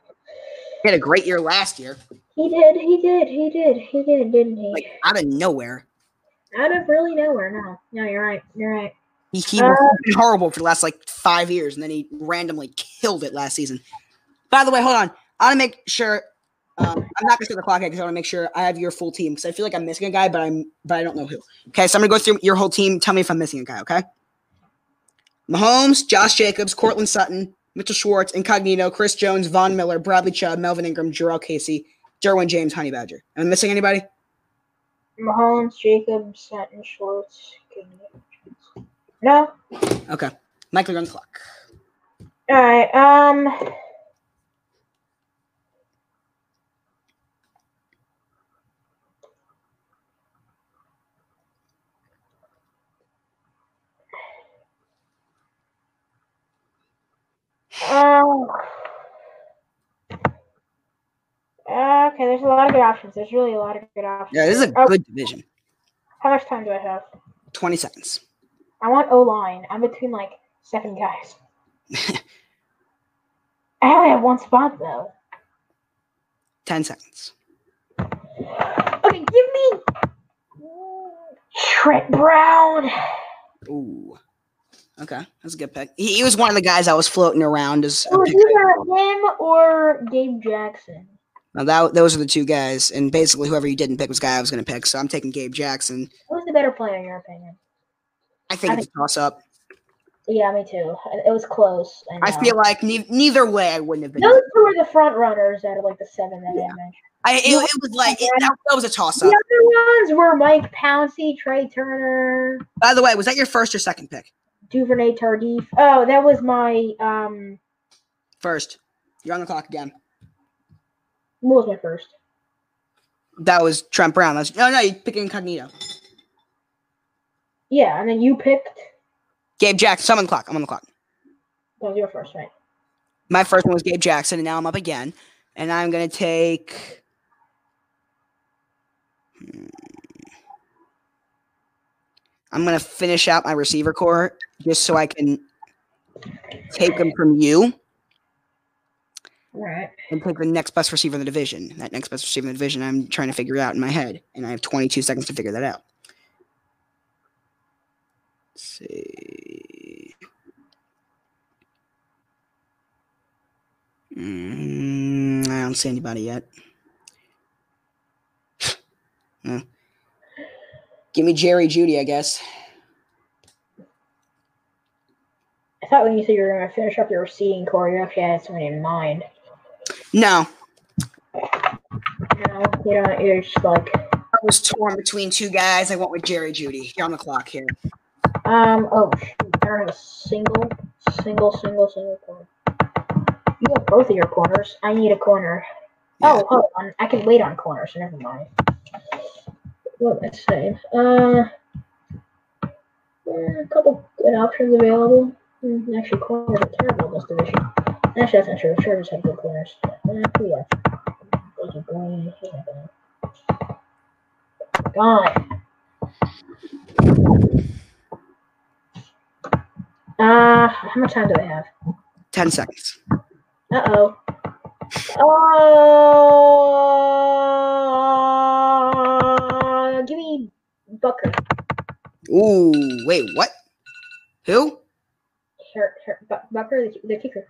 He had a great year last year, He did. He did. He did. He did. Didn't he? like out of nowhere. Out of really nowhere. No. No, you're right. You're right. He, he Uh, was been horrible for the last like five years, and then he randomly killed it last season. By the way, hold on. I want to make sure. Um, I'm not gonna start the clock because I want to make sure I have your full team because I feel like I'm missing a guy, but I'm but I don't know who. Okay, so I'm gonna go through your whole team. Tell me if I'm missing a guy. Okay. Mahomes, Josh Jacobs, Cortland Sutton, Mitchell Schwartz, Incognito, Chris Jones, Von Miller, Bradley Chubb, Melvin Ingram, Jarrell Casey, Derwin James, Honey Badger. Am I missing anybody? Uh, Mahomes, Jacobs, Sutton, Schwartz. Incognito. No. Okay. Michael, you're on the clock. All right. Um. Um. Okay, there's a lot of good options. There's really a lot of good options. Yeah, this is a Oh, good division. How much time do I have? 20 seconds. I want O line. I'm between like seven guys. I only have one spot though. 10 seconds. Okay, give me Trent Brown. Ooh. Okay, that's a good pick. He, he was one of the guys I was floating around as. It was either him or Gabe Jackson. Now that, those are the two guys, and basically whoever you didn't pick was the guy I was going to pick. So I'm taking Gabe Jackson. Who's the better player in your opinion? I think I it's a toss up. Yeah, me too. It was close. I, I know. feel like ne- neither way I wouldn't have been. those two are the front runners out of like the seven that I mentioned. I, it, it was like it, that, that was a toss up. The other ones were Mike Pouncey, Trey Turner, By the way, was that your first or second pick? Duvernay Tardif. Oh, that was my um. First. You're on the clock again. What was my first? That was Trent Brown. That's no, no, you picked Incognito. Yeah, and then you picked. Gabe Jackson. I'm on the clock. I'm on the clock. That was your first, right? My first one was Gabe Jackson, and now I'm up again. And I'm gonna take. Hmm. I'm gonna finish out my receiver core just so I can take them from you All right. and take the next best receiver in the division. That next best receiver in the division, I'm trying to figure out in my head, and I have 22 seconds to figure that out. Let's see. Mm, I don't see anybody yet. No. Give me Jerry Judy, I guess. I thought when you said you were going to finish up your seating core, you actually had someone in mind. No, No, you don't. You're just like, I was torn between two guys. I went with Jerry Judy. You're on the clock here. um, oh, shoot, I don't have a single, single, single, single corner. You have both of your corners. I need a corner. Yeah. Oh, hold on. I can wait on corners. Never mind. What am I saying? Uh, yeah, a couple good options available. Mm, Actually, corners are terrible in this division. Actually, that's not true. Chargers have good corners. Uh, yeah. Those are green. Gone. Uh, how much time do I have? Ten seconds. Uh oh. Oh, give me Bucker. Ooh, wait, what? Who? Her, her, Bu- Bucker, the, the kicker.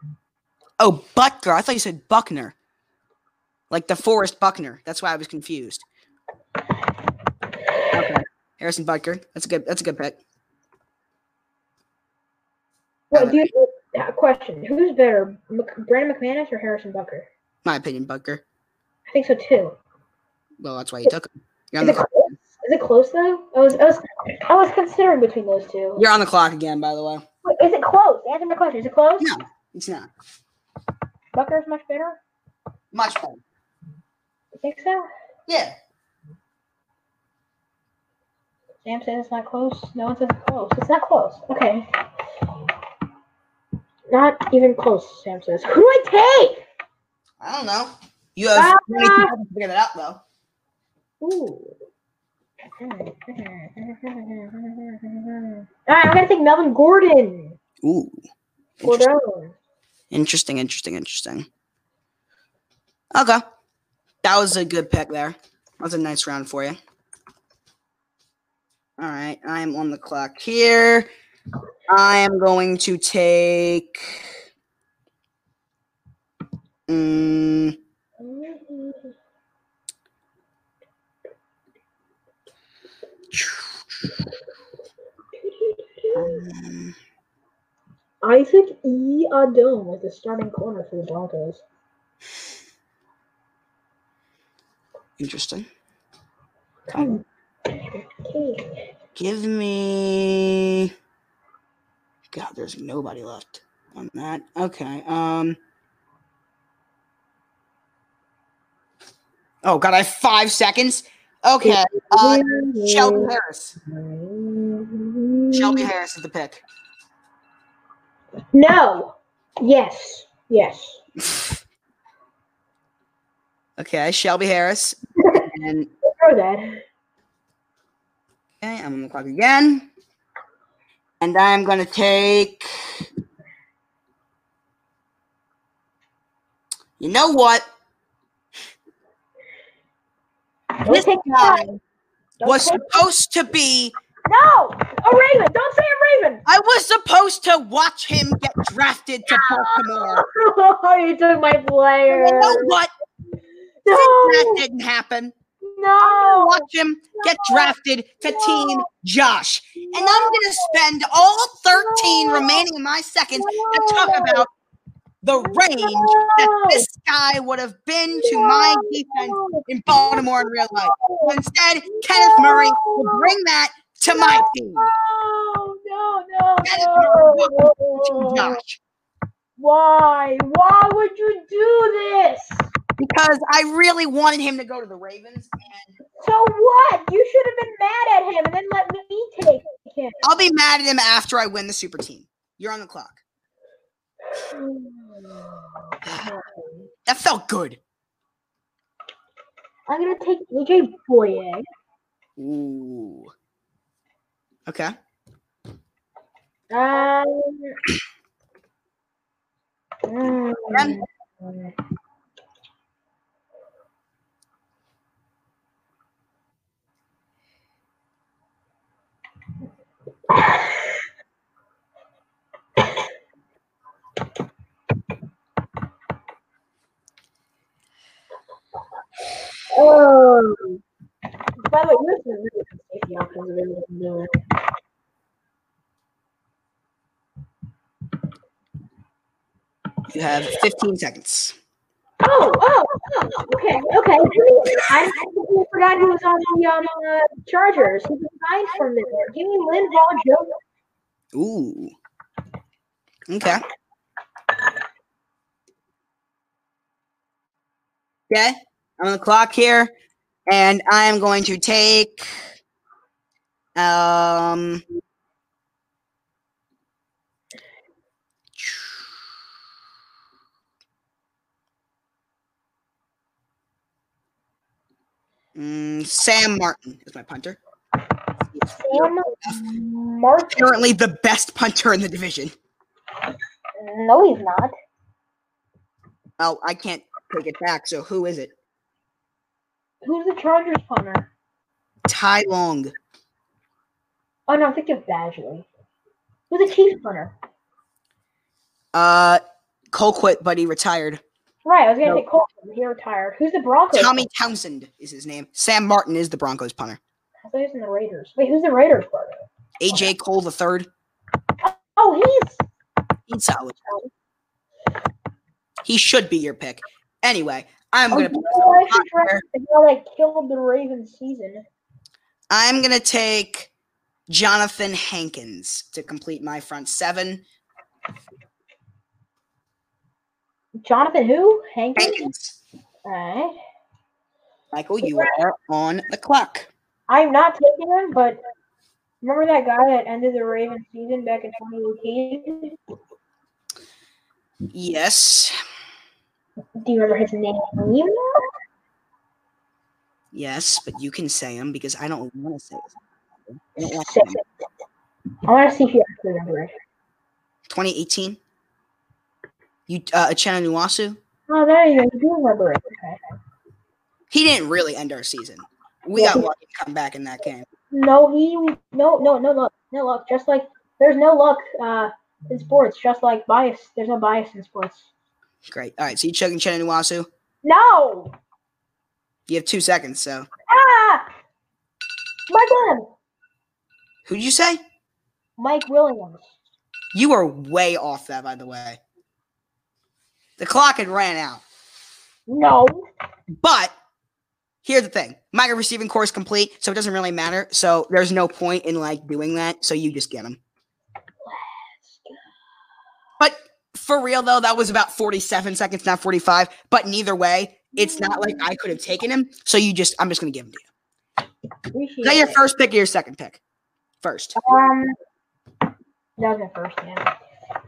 Oh, Butker. I thought you said Buckner. Like the Forest Buckner. That's why I was confused. Okay. Harrison Butker. That's a good that's a good pick. Well, Uh, dude, uh, question: Who's better, Mc, Brandon McManus or Harrison Bucker? My opinion, Butker. I think so too. Well, that's why you took him. You're on Is the it clock. close? Is it close though? I was, I was, I was considering between those two. You're on the clock again, by the way. Wait, is it close? Answer my question. Is it close? No. It's not. Bucker's much better. Much better. You think so? Yeah. Sam says it's not close. No one says it's close. It's not close. Okay. Not even close, Sam says. Who do I take? I don't know. You have Ah! 22 seconds to figure that out though. Ooh. Alright, I'm gonna take Melvin Gordon. Ooh. Interesting. Gordon. Interesting, interesting, interesting. Okay. That was a good pick there. That was a nice round for you. All right. I'm on the clock here. I am going to take. Mm, um, Isaac E. Adome was the starting corner for the Broncos. interesting. Come. Okay. Give me. God, there's nobody left on that. Okay. Um. Oh God, I have five seconds. Okay. Uh, Shelby Harris. Shelby Harris is the pick. No. Yes. Yes. Okay, Shelby Harris. And Throw that. okay, I'm on the clock again. And I'm gonna take. You know what? Don't This take guy mine. Don't was take- supposed to be. no. A Raven. Don't say a Raven. I was supposed to watch him get drafted to Baltimore. Oh, you took my player. And You know what? That No. didn't happen. No. Watch him get drafted to Team Josh. And I'm going to spend all 13 remaining of my seconds to talk about the range that this guy would have been to my defense in Baltimore in real life. Instead, Kenneth Murray will bring that to my team. No. No. No. That is no. Team Josh. Why? Why would you do this? Because I really wanted him to go to the Ravens. And So what? You should have been mad at him and then let me take him. I'll be mad at him after I win the super team. You're on the clock. That felt good. I'm gonna take AJ Boye. Ooh. Okay. Um, Then- mm, Oh. By the way, you have some really good safety options available from doing it. You have 15 seconds. Oh, oh, oh, okay, okay. I I forgot who was on the um, uh, Chargers. Who was signed from there? Give me Lynn Hall Jr. Ooh. Okay. Okay. I'm on the clock here, and I am going to take. Um. Mm, Sam Martin is my punter. Sam Martin. Currently the best punter in the division. No, he's not. Oh, I can't take it back. So who is it? Who's the Chargers punter? Ty Long. Oh no, I'm thinking of Badgley. Who's the Chiefs punter? Uh, Colquitt, buddy, retired. Right, I was gonna say Colton. He retired. Who's the Broncos? Tommy Townsend is his name. Sam Martin is the Broncos punter. I thought he was in the Raiders. Wait, who's the Raiders partner? AJ Cole the third. Oh, he's He's solid. He should be your pick. Anyway, I'm oh, gonna. you know, I should try to figure out that killed the Ravens season. I'm gonna take Jonathan Hankins to complete my front seven. Jonathan who? Hank? Hankins, Alright. Michael, you are on the clock. I'm not taking him, but remember that guy that ended the Ravens season back in 2018? Yes, Do you remember his name? yes, but you can say him because I don't want to say it. I don't like Say him. it. I want to see if you actually remember it. 2018. You uh, Achena Nuwasu. Oh, there you go. You do remember it. Okay. He didn't really end our season. We got lucky to come back in that game. No, he no no no luck no luck. Just like there's no luck uh, in sports. Just like bias, there's no bias in sports. Great. All right. So you chugging Chena Nuwasu. No. You have two seconds. So Ah. My God, who did you say? Mike Williams. You are way off that, by the way. The clock had ran out. No. But here's the thing my receiving core is complete, so it doesn't really matter. So there's no point in like doing that. So you just get them. But for real though, that was about 47 seconds, not 45. But neither way, it's not like I could have taken him. So you just, I'm just gonna give him to you. Appreciate Is that your it. first pick or your second pick? First. Um. That was my first hand.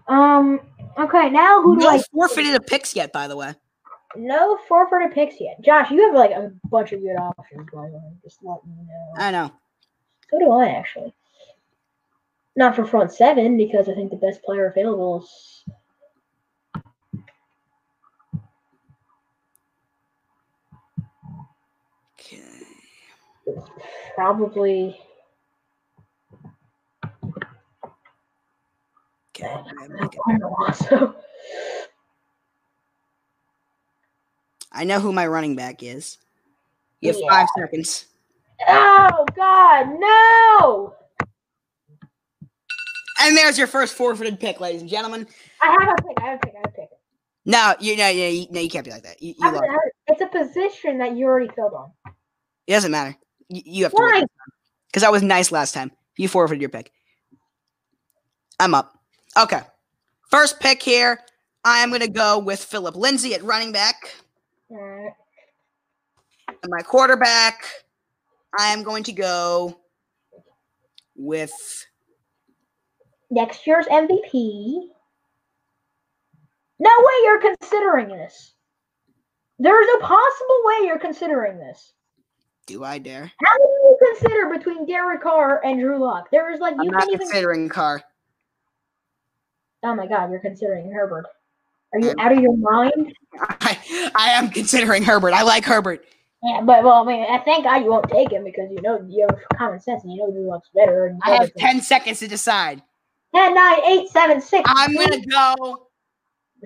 Um. Okay. Now who do No I? forfeited of picks yet, by the way. No forfeited picks yet. Josh, you have like a bunch of good options. By the way, just let me know. I know. So do I actually. Not for front seven because I think the best player available is. Okay. probably Okay. I have- also. I know who my running back is. You have Yeah. five seconds. Oh God, no! And there's your first forfeited pick, ladies and gentlemen. I have a pick. I have a pick. I have a pick. No, you no, no, you, no, you can't be like that. You, you I have lost. a- it's a position that you already filled on. It doesn't matter. You, you have Why? to because I was nice last time. You forfeited your pick. I'm up. Okay. First pick here. I am gonna go with Philip Lindsay at running back. Alright. And my quarterback, I am going to go with Next year's MVP. No way you're considering this. There's a possible way you're considering this. Do I dare? How do you consider between Derek Carr and Drew Lock? There is like I'm you not can even. considering Carr. Oh my God, you're considering Herbert. Are you out of your mind? I, I am considering Herbert. I like Herbert. Yeah, but well, I mean, I thank God you won't take him because you know you have common sense and you know Drew Lock's better. And I have 10 seconds to decide. 10, 9, 8, 7, 6. I'm going to go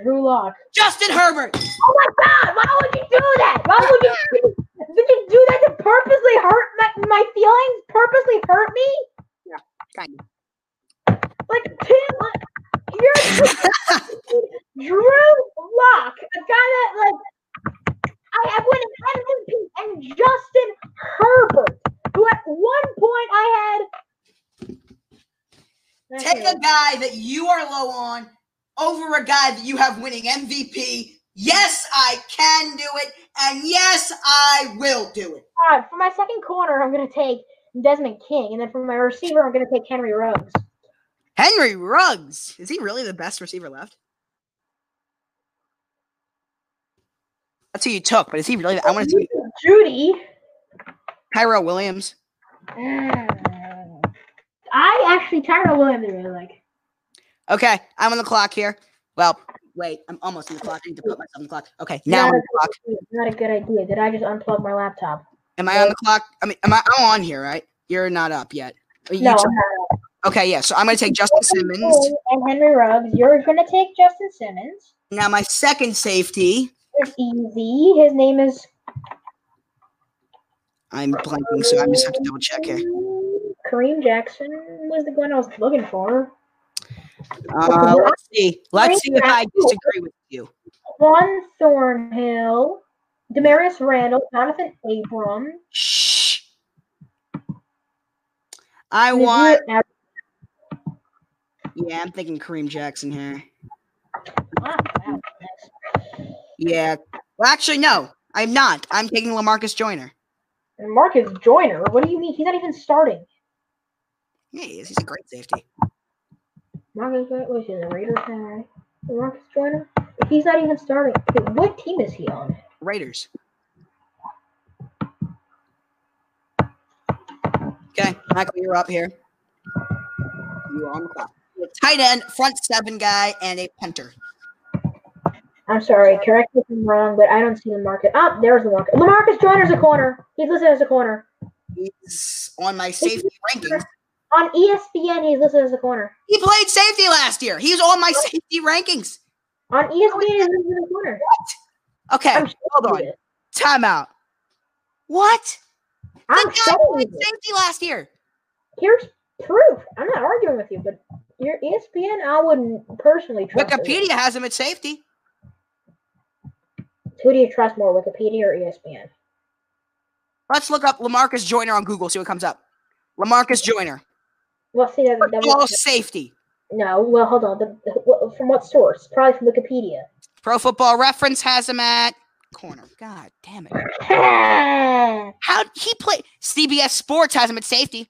Drew Lock. Justin Oh Herbert. my God! Why would you do that? Why would you? Did you do that to purposely hurt my, my feelings? Purposely hurt me? Kind of. Like, Tim, like, you're Drew Locke, a guy that, like, I, I win an MVP, and Justin Herbert, who at one point I had. Take a guy that you are low on over a guy that you have winning MVP. Yes, I can do it, and yes, I will do it. All right, for my second corner, I'm going to take Desmond King, and then for my receiver, I'm going to take Henry Ruggs. Henry Ruggs. Is he really the best receiver left? That's who you took, but is he really? I want to see Judy. Tyrell Williams. Mm. I actually Tyrell Williams I really like. Okay, I'm on the clock here. Well, wait, I'm almost on the clock. I need to put myself on the clock. Okay, now I'm not, on a, the clock. not a good idea. Did I just unplug my laptop? Am I on the clock? I mean, am I? I'm on here, right? You're not up yet. You No, took- I'm not. Okay, yeah. So I'm gonna take Justin Simmons. And Henry Ruggs. You're going to take Justin Simmons. Now my second safety. It's easy. His name is. I'm blanking, so I just have to double check here. Kareem Jackson was the one I was looking for. Uh, let's see. Let's see if I disagree with you. Juan Thornhill, Demarius Randall, Jonathan Abram. Shh. I want. Yeah, I'm thinking Kareem Jackson here. Yeah. Well, actually, no, I'm not. I'm taking Lamarcus Joyner. Marcus Joyner. What do you mean? He's not even starting. Yeah, he is. He's a great safety. Marcus Joyner was he the Raiders now, right? Marcus Joyner? He's not even starting. Wait, What team is he on? Raiders. Okay, Michael, you're up here. You are on the clock. Tight end, front seven guy, and a punter. I'm sorry, correct me if I'm wrong, but I don't see the market. Oh, there's the market. Lamarcus Joyner's a corner. He's listed as a corner. He's on my safety rankings. On E ESPN, he's listed as a corner. He played safety last year. He's on my safety rankings. On E ESPN, he's listed as a corner. Okay, I'm hold showing on. you this. Timeout. What? I'm The guy showing played you this. safety last year. Here's proof. I'm not arguing with you, but your E ESPN, I wouldn't personally trust. it. Wikipedia has him at safety. Who do you trust more, Wikipedia or E ESPN? Let's look up Lamarcus Joyner on Google, see what comes up. Lamarcus Joyner. Well, see, that, that Football safety. no. Well, hold on. The, the- wh- from what source? Probably from Wikipedia. Pro Football Reference has him at corner. God damn it. I How he play CBS Sports has him at safety.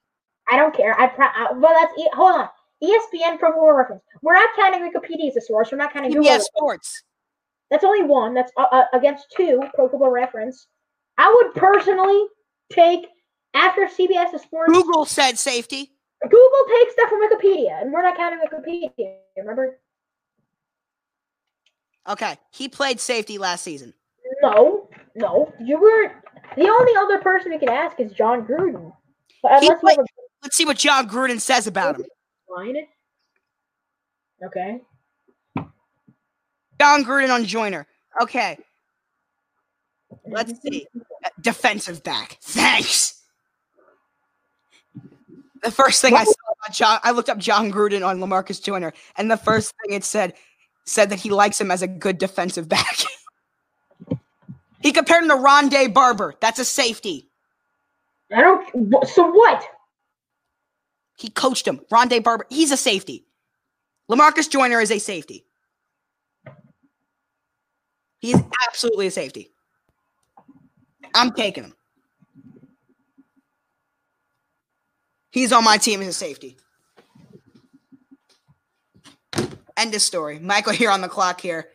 don't care. I, pro- I well, that's e- hold on. ESPN Pro Football Reference. We're not counting Wikipedia as a source. We're not counting Google. CBS as- Sports. That's only one. That's uh, uh, against two Pro Football Reference. I would personally take after CBS Sports. Google said safety. Google takes stuff from Wikipedia, and we're not counting Wikipedia. Remember? Okay. He played safety last season. No, no. You were the only other person we could ask is John Gruden. But He unless we have Let's see what John Gruden says about him. a line. Okay. John Gruden on Joyner. Okay. Let's Mm-hmm. see. Uh, Defensive back. Thanks. The first thing I saw about John, I looked up John Gruden on Lamarcus Joyner, and the first thing it said said that he likes him as a good defensive back. he compared him to Rondé Barber. That's a safety. I don't. wh- So what? He coached him. Rondé Barber. He's a safety. Lamarcus Joyner is a safety. He is absolutely a safety. I'm taking him. He's on my team as a safety. End of story. Michael here on the clock here.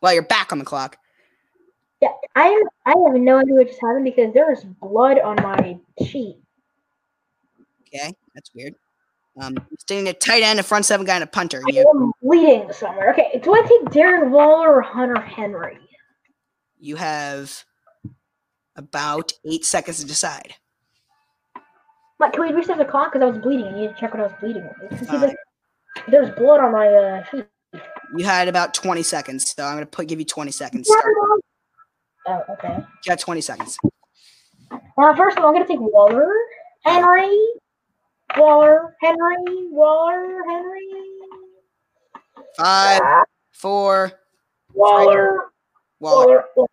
Well, you're back on the clock. Yeah, I am. I have no idea what just happened because there is blood on my sheet. Okay, that's weird. Um, standing a tight end, a front seven guy, and a punter. I You, am bleeding somewhere. Okay, do I take Darren Waller or Hunter Henry? you have about eight seconds to decide. Like, can we reset the clock? Because I was bleeding. I need to check what I was bleeding with. See, Fine. there's, there's blood on my uh, sheet. You had about 20 seconds, so I'm gonna put give you 20 seconds. Start. Oh, okay. You got 20 seconds. Now, first of all, I'm going to take Waller, Henry, Waller, Henry, Waller, Henry, Ah, Five, four, Waller, Waller. Waller. Waller.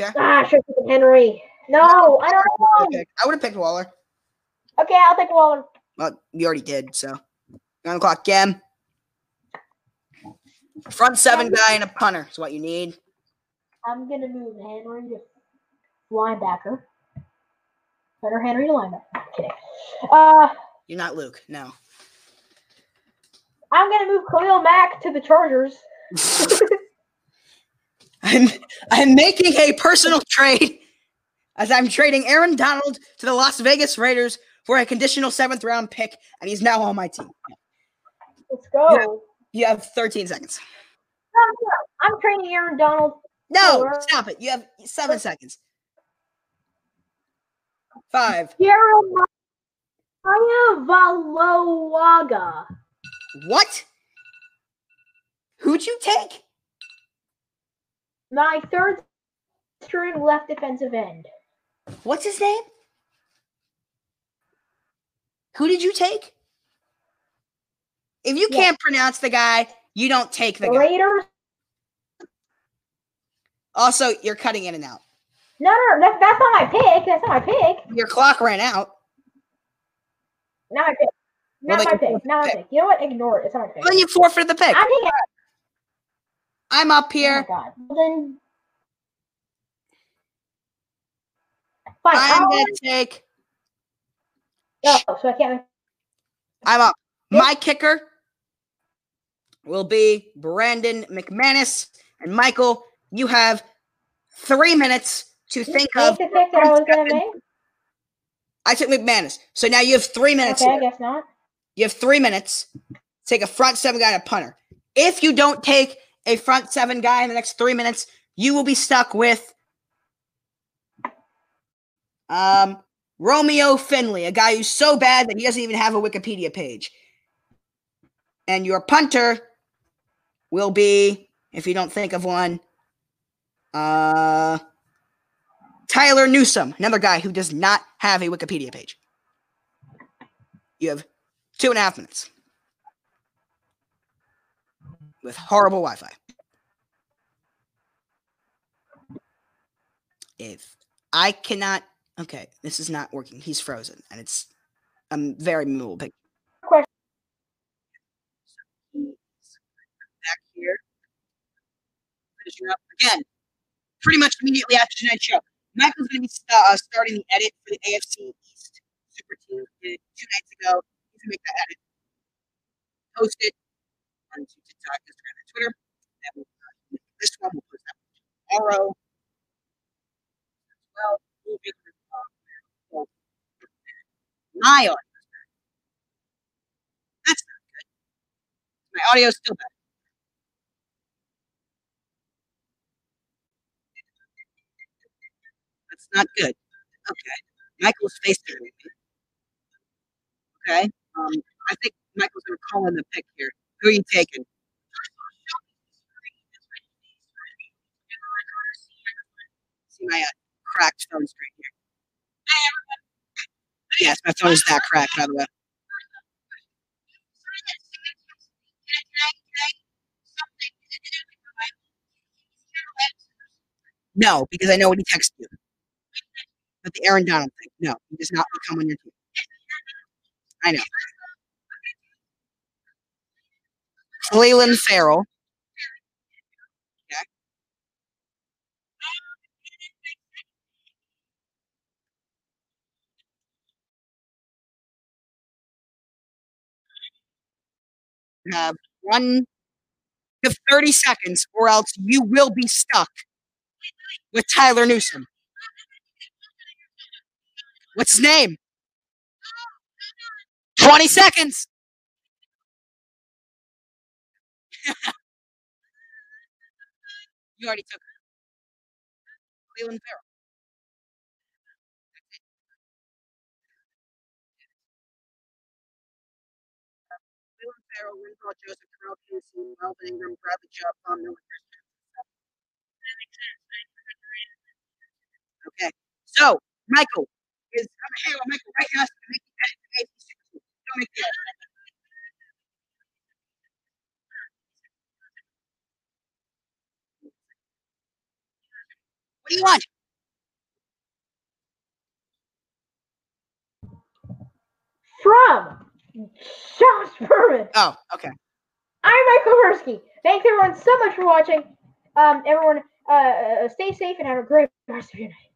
Okay. Ah, I should have taken Henry. No, I don't I want him. would have picked Waller. Okay, I'll take Waller. Well, you already did. So nine o'clock game. Front seven guy and a punter is what you need. I'm gonna move Henry to linebacker. Better Henry to linebacker. Kidding. Uh, You're not Luke. No. I'm gonna move Khalil Mack to the Chargers. I'm I'm making a personal trade as I'm trading Aaron Donald to the Las Vegas Raiders for a conditional seventh round pick, and he's now on my team. Let's go. Yeah. You have 13 seconds. No, no, I'm training Aaron Donald. No, Sure. stop it. You have seven seconds. Five. Jeremiah Valowaga. What? Who'd you take? My third string left defensive end. What's his name? Who did you take? If you Yeah. can't pronounce the guy, you don't take the The guy. Raiders. Also, you're cutting in and out. No, no, no, that, that's not my pick. That's not my pick. Your clock ran out. Not my pick. Well, Not they my can pick. Not my pick. pick. You know what? Ignore it. It's not my pick. Well, you forfeited the pick. I'm taking. I'm up Oh my here. god. Well, then. Fine. I'm I'll gonna take. go, so I can't. I'm up. My kicker will be Brandon McManus. And Michael, you have three minutes to think make of. the pick that I was gonna make. I took McManus. So now you have three minutes. Okay, I guess not. You have three minutes. to Take a front seven guy and a punter. If you don't take a front seven guy in the next three minutes, you will be stuck with um, Romeo Finley, a guy who's so bad that he doesn't even have a Wikipedia page. And your punter will be, if you don't think of one, uh, Tyler Newsom, another guy who does not have a Wikipedia page. You have two and a half minutes with horrible Wi-Fi. If I cannot, okay, this is not working. He's frozen, and it's I'm very movable. Pic- Question. Back here, finishing up again, pretty much immediately after tonight's show. Michael's going to be uh, starting the edit for the AFC East Super Team uh, two nights ago you can make that edit. Post it on TikTok, Instagram, and Twitter. That will, uh, this one will post that tomorrow. Well, we'll be uh, my audio. That's not good. My audio's still bad. That's not good. Okay. Michael's FaceTiming me. Okay. Um, I think Michael's going to call in the pick here. Who are you taking? See my uh, cracked phone screen here. Yes, my phone is that cracked, by the way. No, because I know what he texted you. But the Aaron Donald thing, no, he does not become on your team. I know. Leland Farrell. Yeah. You Have Uh, one to 30 seconds, or else you will be stuck with Tyler Newsom. What's his name? 20 seconds. you already took her. Leland Farrell. Uh, Leland Farrell, Linval Joseph, Terrell Peterson, Melvin Ingram, Bradley Chubb, Von Miller, Chris Jones. Okay. So Michael is I'm Michael right now. So make it better. Make it six. Don't make it. What do you want? From Josh Berman. Oh, okay. I'm Michael Persky. Thanks everyone so much for watching. Um, everyone, uh, uh, stay safe and have a great rest of your night.